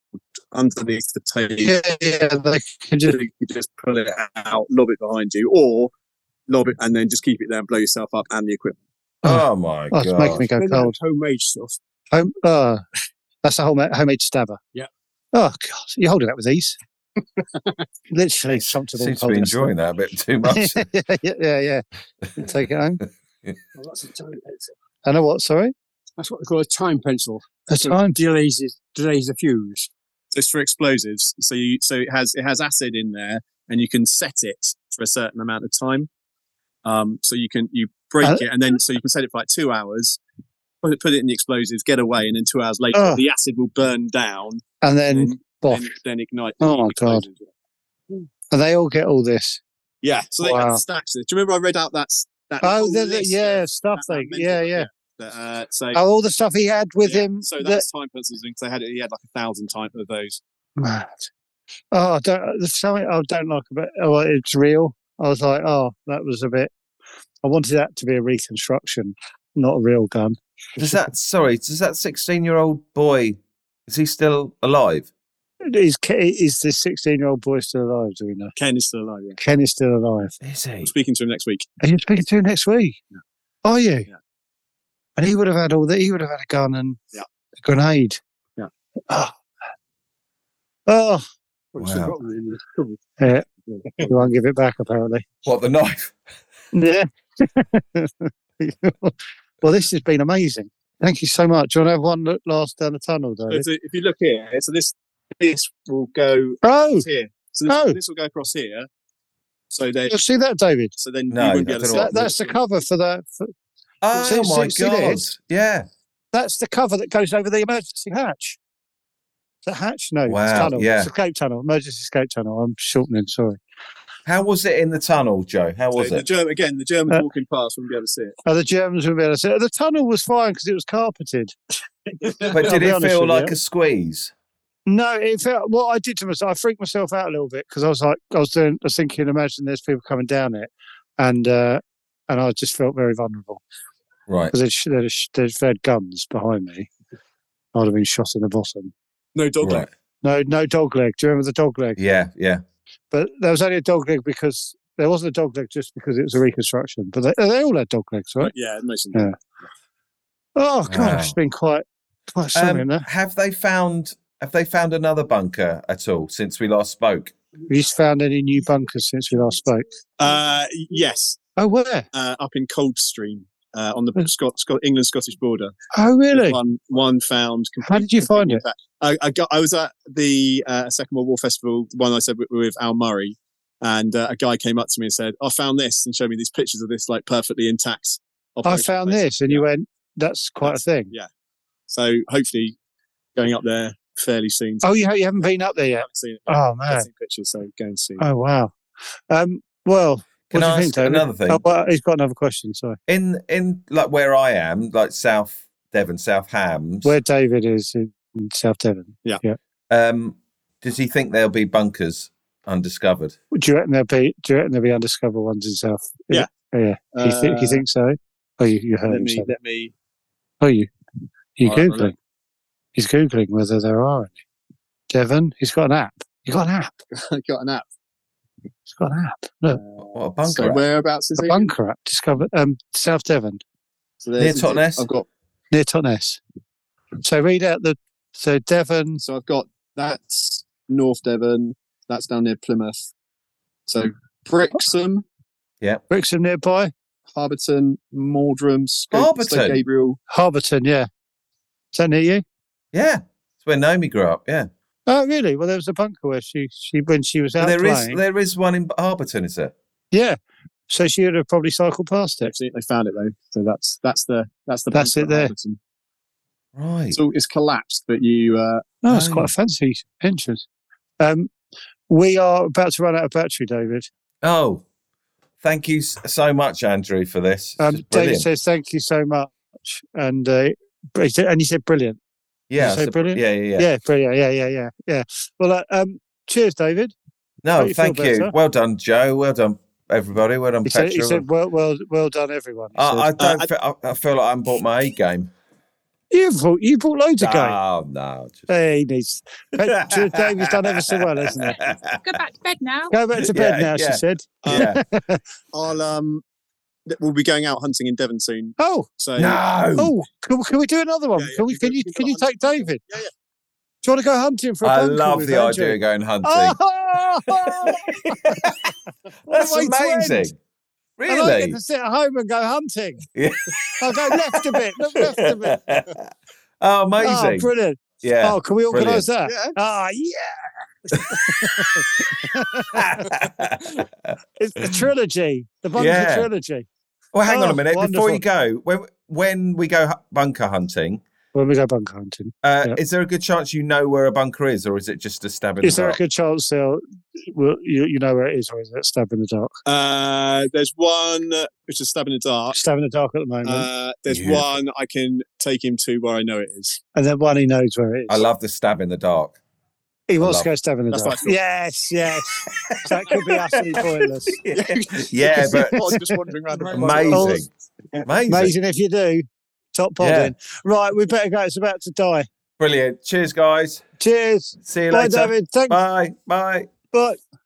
S5: underneath the table.
S3: Yeah, yeah. They can
S5: So
S3: just
S5: You could just pull it out, lob it behind you, or lob it and then just keep it there and blow yourself up and the equipment.
S4: Oh my
S3: oh, it's making
S4: god.
S3: me go
S10: Then they had
S3: cold.
S10: homemade stuff.
S3: Home, uh, that's a homemade, homemade stabber.
S10: Yeah.
S3: Oh god. You're holding that with ease. Literally comfortable.
S4: Seems to be
S3: holding a
S4: enjoying that a bit too much.
S3: stab- yeah, yeah, yeah, yeah. Take it home.
S10: Oh, that's a time pencil.
S3: And a what, sorry?
S10: That's what they call a time pencil.
S3: A
S10: So
S3: time.
S10: it Delays, it- delays the fuse.
S5: So it's for explosives. So you, so it has it has acid in there, and you can set it for a certain amount of time. Um, so you can you break
S3: Uh,
S5: it, and then so you can set it for like two hours. Put it, put it in the explosives, get away, and then two hours later,
S3: Ugh.
S5: the acid will burn down.
S3: And then boff.
S5: then, then ignite.
S3: Oh my God.
S5: explosives.
S3: And they all get all this.
S5: Yeah, so they
S3: Wow.
S5: had stacks. of it. Do you remember I read out that? s- that
S3: Oh,
S5: whole
S3: the, the,
S5: list
S3: yeah,
S5: of-
S3: stuff
S5: that-
S3: they,
S5: that mental-
S3: yeah, yeah.
S5: that, uh, so
S3: Oh, all the stuff he had with
S5: yeah,
S3: him.
S5: So
S3: that-
S5: that's time pencils because they had he had like a thousand type of those.
S3: Mad. Oh, I don't, there's something I don't like about. Oh, it's real. I was like, oh, that was a bit. I wanted that to be a reconstruction, not a real gun.
S4: Does that sorry, does that sixteen year old boy is he still alive?
S3: Is Ke- is this sixteen-year-old boy still alive? Do we know?
S5: Ken is still alive. Yeah.
S3: Ken is still alive.
S4: Is he?
S5: I'm speaking to him next week.
S3: Are you speaking to him next week? Are you?
S5: Yeah.
S3: And he would have had all that. He would have had a gun and
S5: Yeah.
S3: a grenade.
S5: Yeah.
S3: Oh. oh,
S10: But it's still
S4: Wow.
S10: got them in the cupboard.
S3: yeah. You won't give it back, apparently.
S4: What the knife?
S3: Yeah. well, this has been amazing. Thank you so much. Do you want to have one look last down the tunnel,
S5: So
S3: David?
S5: If, if you look here, so this this will go
S3: Oh,
S5: here. So this,
S3: Oh.
S5: this will go across here. So they
S3: You see that, David?
S5: So then
S4: No,
S5: you wouldn't be
S4: I
S5: able to
S4: don't
S5: see
S4: know
S5: that.
S3: That, that's the cover for that. For,
S4: Oh
S3: see-
S4: my
S3: see- see there?
S4: god! Yeah.
S3: That's the cover that goes over the emergency hatch. The hatch? No,
S4: Wow,
S3: it's tunnel.
S4: yeah.
S3: It's escape tunnel. Emergency escape tunnel. I'm shortening. Sorry.
S4: How was it in the tunnel, Joe? How was
S5: So the
S4: it?
S5: Germ- again, the Germans
S3: Uh,
S5: walking past wouldn't be able to see it.
S3: Oh, the Germans were able to see. it. The tunnel was fine because it was carpeted.
S4: But
S3: I'll
S4: did
S3: be
S4: it
S3: honest
S4: feel
S3: with
S4: like
S3: you.
S4: a squeeze?
S3: No, it felt what I did to myself. I freaked myself out a little bit because I was like, I was doing, I was thinking, imagine there's people coming down it, and uh, and I just felt very vulnerable
S4: Right.
S3: because they'd, sh- they'd, sh- they'd fed guns behind me. I would have been shot in the bottom.
S5: No dog
S4: Right.
S3: No, no dog leg. Do you remember the dog leg?
S4: Yeah. Yeah.
S3: But there was only a dog leg because there wasn't a dog leg just because it was a reconstruction. But they, they all had dog legs, right?
S5: Yeah, most of them.
S3: Yeah. Oh god,
S4: Wow.
S3: it's been quite quite something.
S4: Um,
S3: there.
S4: have they found Have they found another bunker at all since we last spoke?
S3: Have you found any new bunkers since we last spoke?
S5: Uh, y- yes,
S3: Oh, where?
S5: uh, up in Coldstream uh, on the Scot- Scot- England Scottish border.
S3: Oh, really?
S5: One one found.
S3: How did you find it?
S5: I, I got. I was at the uh, Second World War Festival, the one I said with, with Al Murray, and uh, a guy came up to me and said, "I found this," and showed me these pictures of this like perfectly intact.
S3: I
S5: operation
S3: found
S5: place.
S3: this, and you went, "That's quite a thing."
S5: Yeah. So hopefully, going up there fairly soon.
S3: Oh, you, ha- you haven't been up there
S5: I
S3: yet?
S5: haven't seen it.
S3: Oh
S5: I've
S3: man!
S5: seen pictures, so go and see.
S3: Oh wow! Um, well,
S4: Can
S3: what do
S4: I
S3: you think,
S4: ask
S3: David?
S4: another thing?
S3: Oh, well, he's got another question. Sorry,
S4: In in like where I am, like South Devon, South Hams.
S3: where David is in in South Devon?
S5: Yeah.
S3: yeah.
S4: Um, does he think there'll be bunkers undiscovered?
S3: Do you reckon there'll be? Do you reckon there'll be undiscovered ones in South? is
S5: Yeah.
S3: it- yeah. you think you
S5: Uh,
S3: think so? Oh, you, you heard
S5: Let
S3: him
S5: me.
S3: say. that.
S5: Let me.
S3: Oh, you you
S5: I'll have a
S3: googling?
S5: look.
S3: He's googling whether there are any. Devon, he's got an app. He got an app.
S5: I got an app.
S3: He's got an app. Look,
S4: What a bunker!
S5: So
S4: at?
S5: whereabouts is
S3: a
S5: it?
S3: bunker app discovered. Um, South Devon.
S5: So
S4: Near
S5: there's-
S4: Totnes?
S5: I've got.
S3: near Totnes. So read out the so Devon.
S5: So I've got that's North Devon. That's down near Plymouth.
S3: Oh.
S5: So Brixham,
S3: Brixham nearby,
S5: Harberton, Maldrum, Scope,
S4: Harberton?
S5: Stoke Gabriel.
S3: Harberton, yeah. Is that near you?
S4: yeah, it's where Naomi grew up. Yeah,
S3: Oh, really? Well, there was a bunker where she she when she was out
S4: there is
S3: playing.
S4: there is one in Harberton, is there?
S3: yeah, so she would have probably cycled past it.
S5: Actually, They found it though. So that's that's the that's the
S3: That's
S5: bunker
S3: it
S5: at
S3: there.
S5: Harberton.
S4: Right.
S5: It's all it's collapsed, but you uh,
S3: Oh, it's quite
S4: Oh.
S3: a fancy entrance. Um, we are about to run out of battery, David.
S4: oh, thank you s- so much, Andrew, for this. This
S3: Um,
S4: is
S3: David
S4: brilliant.
S3: says thank you so much, and uh, he said- and he said brilliant.
S4: yeah,
S3: you say
S4: so-
S3: brilliant?
S4: yeah, yeah, yeah.
S3: Yeah, brilliant. Yeah, yeah, yeah, yeah. Well, uh, um, cheers, David.
S4: No,
S3: Hope you feel
S4: thank you.
S3: better.
S4: Well done, Joe. Well done, everybody. Well done,
S3: He said, he
S4: Petra.
S3: said, well, well, well done, everyone. he
S4: I, I
S3: said. uh,
S4: don't. feel, I, I feel like I haven't bought my A game.
S3: you bought, you bought loads of games.
S4: Oh no! Just...
S3: Hey, he needs. Petra, David's done ever so well, hasn't he?
S8: Go back to bed now.
S3: Go back to
S4: Yeah,
S3: bed now,
S4: yeah.
S3: she said.
S4: Yeah.
S5: uh, I'll um th- we'll be going out hunting in Devon soon.
S3: Oh,
S5: So
S4: no.
S3: oh, can, can we do another one?
S5: Yeah, yeah,
S3: can we?
S5: we've
S3: Can
S5: got-
S3: you?
S5: we've
S3: Can
S5: got
S3: you take
S5: hundreds.
S3: David?
S5: Yeah, yeah.
S3: Do you want to go hunting for a
S4: I
S3: bunker
S4: love
S3: with
S4: the
S3: Andrew? Ah,
S4: idea of going hunting.
S3: Oh,
S4: That's
S3: way to end.
S4: amazing.
S3: and I get
S4: Really?
S3: to sit at home and go hunting.
S4: Yeah.
S3: I'll go left a bit, look left a bit.
S4: oh,
S3: Oh,
S4: amazing.
S3: brilliant.
S4: yeah.
S3: Oh, can we organise
S4: brilliant.
S3: that?
S5: Yeah.
S3: Ah, yeah. It's the trilogy, the bunker
S4: Yeah.
S3: trilogy.
S4: well, hang on
S3: Oh,
S4: a minute. Before
S3: wonderful.
S4: you go, when when we go hu- bunker hunting,
S3: When we go bunker hunting.
S4: uh,
S3: Yeah.
S4: is there a good chance you know where a bunker is, or is it just a stab in
S3: Is
S4: the
S3: there a
S4: dark?
S3: good chance they'll will, you, you know where it is, or is it stab in the dark?
S5: Uh, there's one uh, which is stab in the dark.
S3: Stab in the dark at the moment,
S5: Uh, there's
S4: Beautiful.
S5: one I can take him to where I know it is.
S3: and then one he knows where it is.
S4: I love the stab in the dark.
S3: he wants
S4: love-
S3: to go stab in the
S5: That's
S3: dark.
S5: what I thought.
S3: Yes, yes. So that could be utterly pointless.
S4: yeah, Yeah, but
S5: I was just wandering around.
S4: amazing. Amazing.
S3: Amazing if you do. Top pod
S4: Yeah.
S3: in. Right, we better go. It's about to die.
S4: Brilliant. Cheers, guys.
S3: Cheers.
S4: See you
S3: Bye,
S4: later.
S3: David. Thanks.
S4: Bye. Bye.
S3: Bye.